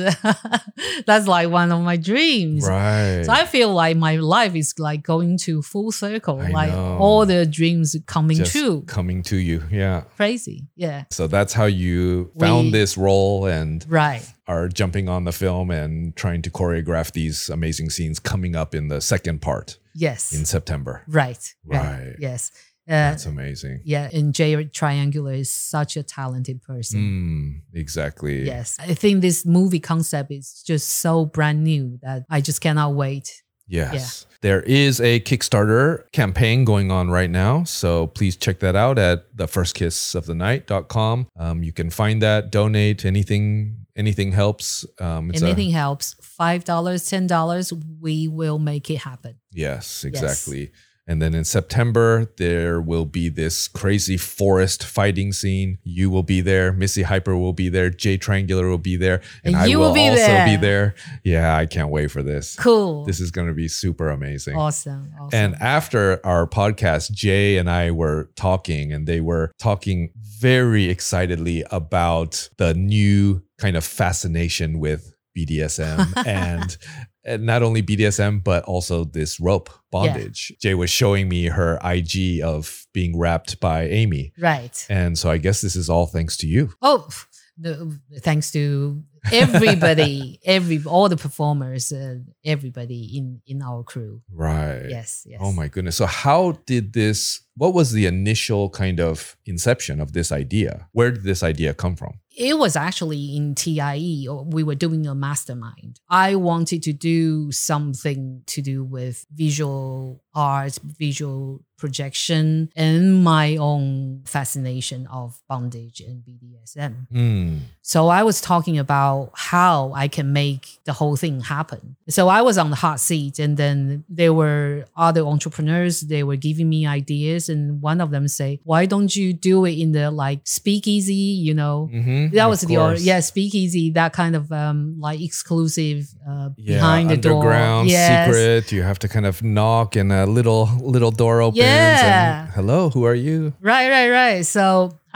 S3: that's like one of my dreams."
S4: Right.
S3: So I feel like my life is like going to full circle.
S4: I
S3: like
S4: know.
S3: all the their dreams coming
S4: Just
S3: true.
S4: coming to you. Yeah.
S3: Crazy. Yeah.
S4: So that's how you found
S3: We-
S4: this role and
S3: Right.
S4: are jumping on the film and trying to choreograph these amazing scenes coming up in the second part
S3: Yes.
S4: in September.
S3: right.
S4: Right.
S3: Yes. Uh,
S4: That's amazing.
S3: yeah. And Jay Triangular is such a talented person.
S4: Mm, exactly.
S3: Yes. I think this movie concept is just so brand new that I just cannot wait.
S4: Yes. There is a Kickstarter campaign going on right now. So please check that out at thefirstkissofthenight.com. Um, you can find that, donate anything, anything helps. Um, it's a-
S3: Anything helps. $5, $10, we will make it happen.
S4: yes,
S3: Yes.
S4: exactly. And then in September, there will be this crazy forest fighting scene. You will be there. Missy Hyper will be there. Jay Triangular will be there. And,
S3: And
S4: I
S3: you
S4: will,
S3: will be
S4: also be
S3: there.
S4: there. Yeah, I can't wait for this.
S3: Cool.
S4: This is going to be super amazing.
S3: awesome. awesome.
S4: And after our podcast, Jay and I were talking, and they were talking very excitedly about the new kind of fascination with BDSM and. and not only BDSM, but also this rope bondage. Jay was showing me her IG of being wrapped by Amy.
S3: right.
S4: And so I guess this is all thanks to you.
S3: Oh, the, thanks to everybody, every all the performers, uh, everybody in in our crew.
S4: Right.
S3: Yes, yes.
S4: Oh my goodness. So how did this what was the initial kind of inception of this idea? Where did this idea come from?
S3: It was actually in TIE. Or we were doing a mastermind. I wanted to do something to do with visual art, visual projection, and my own fascination of bondage and BDSM.
S4: Hmm.
S3: So I was talking about how I can make the whole thing happen. So I was on the hot seat, and then there were other entrepreneurs. They were giving me ideas, and one of them say, "Why don't you do it in the like speakeasy? You know."
S4: Mhm,
S3: That
S4: of
S3: was the or-
S4: course.
S3: yeah speakeasy that kind of um like exclusive uh,
S4: Yeah,
S3: behind the door
S4: underground
S3: Yes.
S4: secret. You have to kind of knock, and a little little door opens.
S3: Yeah.
S4: And, Hello, who are you?
S3: Right, right, right. So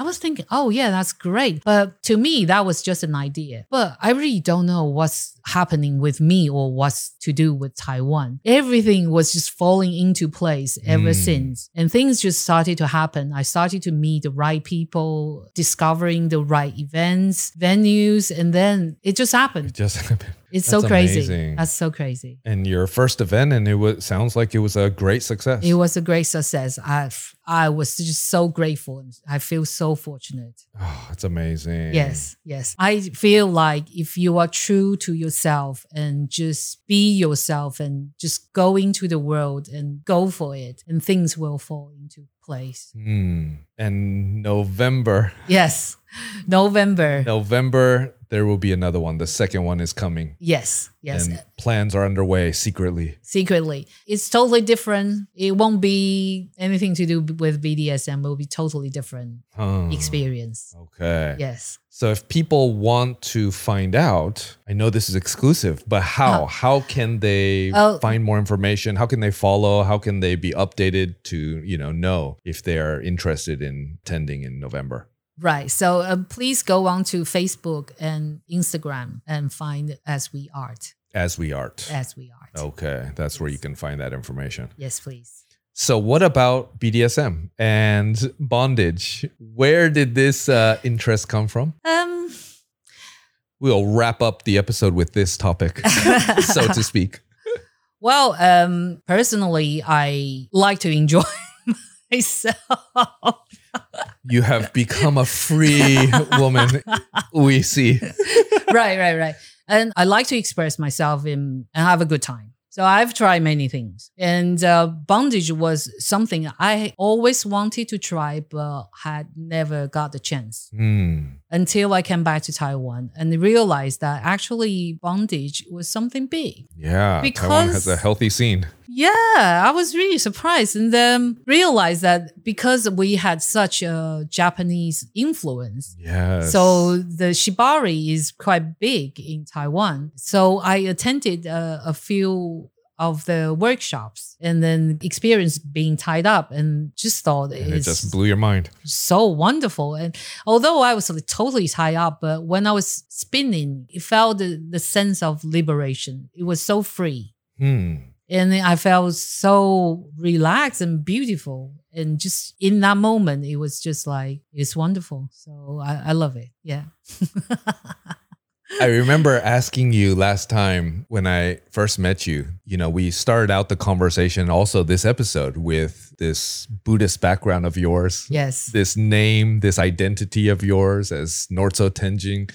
S3: I was thinking, oh yeah, that's great. But to me, that was just an idea. But I really don't know what's happening with me or what's to do with Taiwan. Everything was just falling into place ever
S4: Mm.
S3: since. And things just started to happen. I started to meet the right people, discovering the right events, venues, and then it just
S4: It
S3: happened.
S4: just happened.
S3: It's so
S4: That's
S3: crazy.
S4: amazing.
S3: That's so crazy.
S4: And your first event, and it was sounds like it was a great success.
S3: It was a great success. I I was just so grateful. and I feel so fortunate.
S4: Oh, it's amazing.
S3: Yes, yes. I feel like if you are true to yourself and just be yourself and just go into the world and go for it, and things will fall into place.
S4: Hmm. And November,
S3: Yes, November.
S4: November, there will be another one. The second one is coming.
S3: Yes, yes.
S4: And plans are underway secretly.
S3: Secretly, it's totally different. It won't be anything to do with BDSM. It will be totally different
S4: Huh.
S3: experience.
S4: Hmm. Okay.
S3: Yes.
S4: So if people want to find out, I know this is exclusive, but how?
S3: Oh.
S4: How can they
S3: Oh.
S4: find more information? How can they follow? How can they be updated to, you know, know if they are interested in attending in November?
S3: Right. So uh, please go on to Facebook and Instagram and find As We Art.
S4: As we art.
S3: As We Art.
S4: Okay, that's where you can find that information.
S3: Yes, please.
S4: So, what about BDSM and bondage? Where did this uh, interest come from?
S3: Um,
S4: We'll wrap up the episode with this topic, so to speak.
S3: well, um, personally, I like to enjoy myself.
S4: You have become a free woman, we see.
S3: right, right, right. And I like to express myself in, and have a good time. So I've tried many things. And uh, bondage was something I always wanted to try, but had never got the chance
S4: Hmm.
S3: until I came back to Taiwan and realized that actually bondage was something big.
S4: Yeah, Taiwan has
S3: Because-
S4: a healthy scene.
S3: Yeah, I was really surprised and then realized that because we had such a Japanese influence.
S4: Yes.
S3: So the shibari is quite big in Taiwan. So I attended uh, a, a few of the workshops and then experienced being tied up and just thought
S4: and it
S3: it's
S4: just blew your mind.
S3: so wonderful. And although I was like totally tied up, but when I was spinning, it felt the, the sense of liberation. It was so free
S4: Hmm.
S3: And I felt so relaxed and beautiful. And just in that moment, it was just like, it's wonderful. So I, I love it. Yeah.
S4: I remember asking you last time when I first met you. You know, we started out the conversation, also this episode, with this Buddhist background of yours,
S3: Yes.
S4: this name, this identity of yours as Nortso Tenjin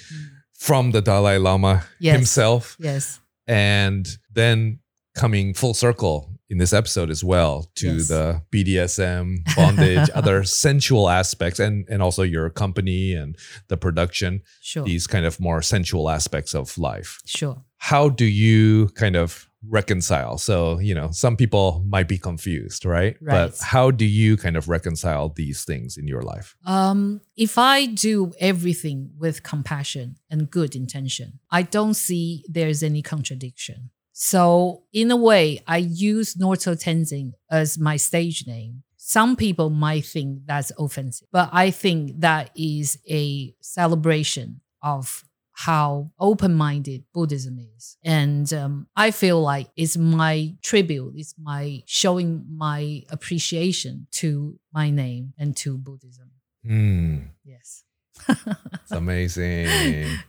S4: from the Dalai Lama
S3: Mm. Yes.
S4: himself.
S3: Yes.
S4: And then coming full circle in this episode as well to
S3: Yes.
S4: the BDSM, bondage, other sensual aspects, and, and also your company and the production
S3: Sure.
S4: these kind of more sensual aspects of life.
S3: Sure.
S4: How do you kind of reconcile? So, you know, some people might be confused, right?
S3: Right.
S4: But how do you kind of reconcile these things in your life?
S3: Um, if I do everything with compassion and good intention, I don't see there's any contradiction. So, in a way, I use Norto Tenzin as my stage name. Some people might think that's offensive, but I think that is a celebration of how open minded Buddhism is. And um, I feel like it's my tribute, it's my showing my appreciation to my name and to Buddhism.
S4: Hmm,
S3: Yes.
S4: it's amazing.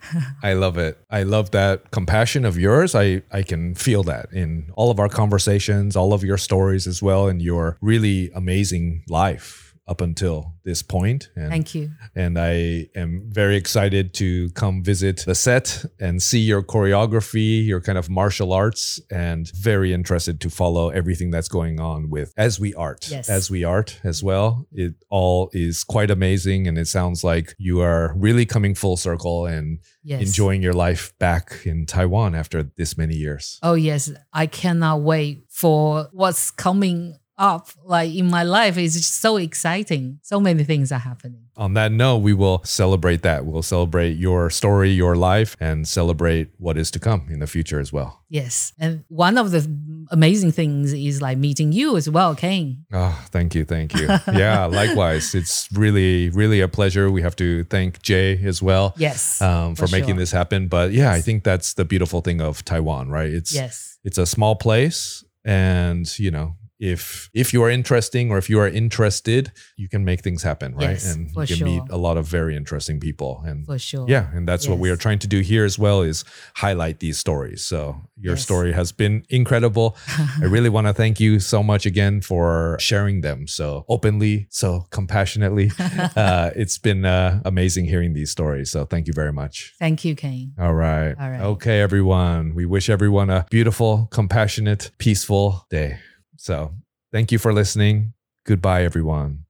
S4: I love it. I love that compassion of yours. I, I can feel that in all of our conversations, all of your stories as well, and your really amazing life up until this point. And
S3: Thank you.
S4: and I am very excited to come visit the set and see your choreography, your kind of martial arts, and very interested to follow everything that's going on with As We Art.
S3: Yes.
S4: As We Art as well. It all is quite amazing. And it sounds like you are really coming full circle and
S3: Yes.
S4: enjoying your life back in Taiwan after this many years.
S3: Oh yes, I cannot wait for what's coming up. Like in my life, it's just so exciting. So many things are happening.
S4: on that note, we will celebrate that. We'll celebrate your story, your life, and celebrate what is to come in the future as well.
S3: Yes, and one of the amazing things is like meeting you as well, Kane.
S4: Oh, thank you. Thank you. Yeah, likewise. It's really, really a pleasure. We have to thank Jay as well
S3: Yes.
S4: um, for
S3: for
S4: making
S3: sure.
S4: this happen. But yeah, I
S3: Yes.
S4: think that's the beautiful thing of Taiwan, right? It's
S3: yes.
S4: it's a small place and you know, if if you are interesting or if you are interested, you can make things happen, right?
S3: Yes,
S4: and you
S3: for
S4: can meet
S3: sure.
S4: a lot of very interesting people. And
S3: For sure.
S4: yeah, and that's what we
S3: Yes.
S4: are trying to do here as well is highlight these stories. So your
S3: Yes.
S4: story has been incredible. I really want to thank you so much again for sharing them so openly, so compassionately. uh, it's been uh, amazing hearing these stories. So thank you very much.
S3: Thank you, Kane.
S4: All right.
S3: All right.
S4: Okay, everyone. We wish everyone a beautiful, compassionate, peaceful day. So thank you for listening. Goodbye, everyone.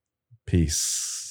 S4: Peace.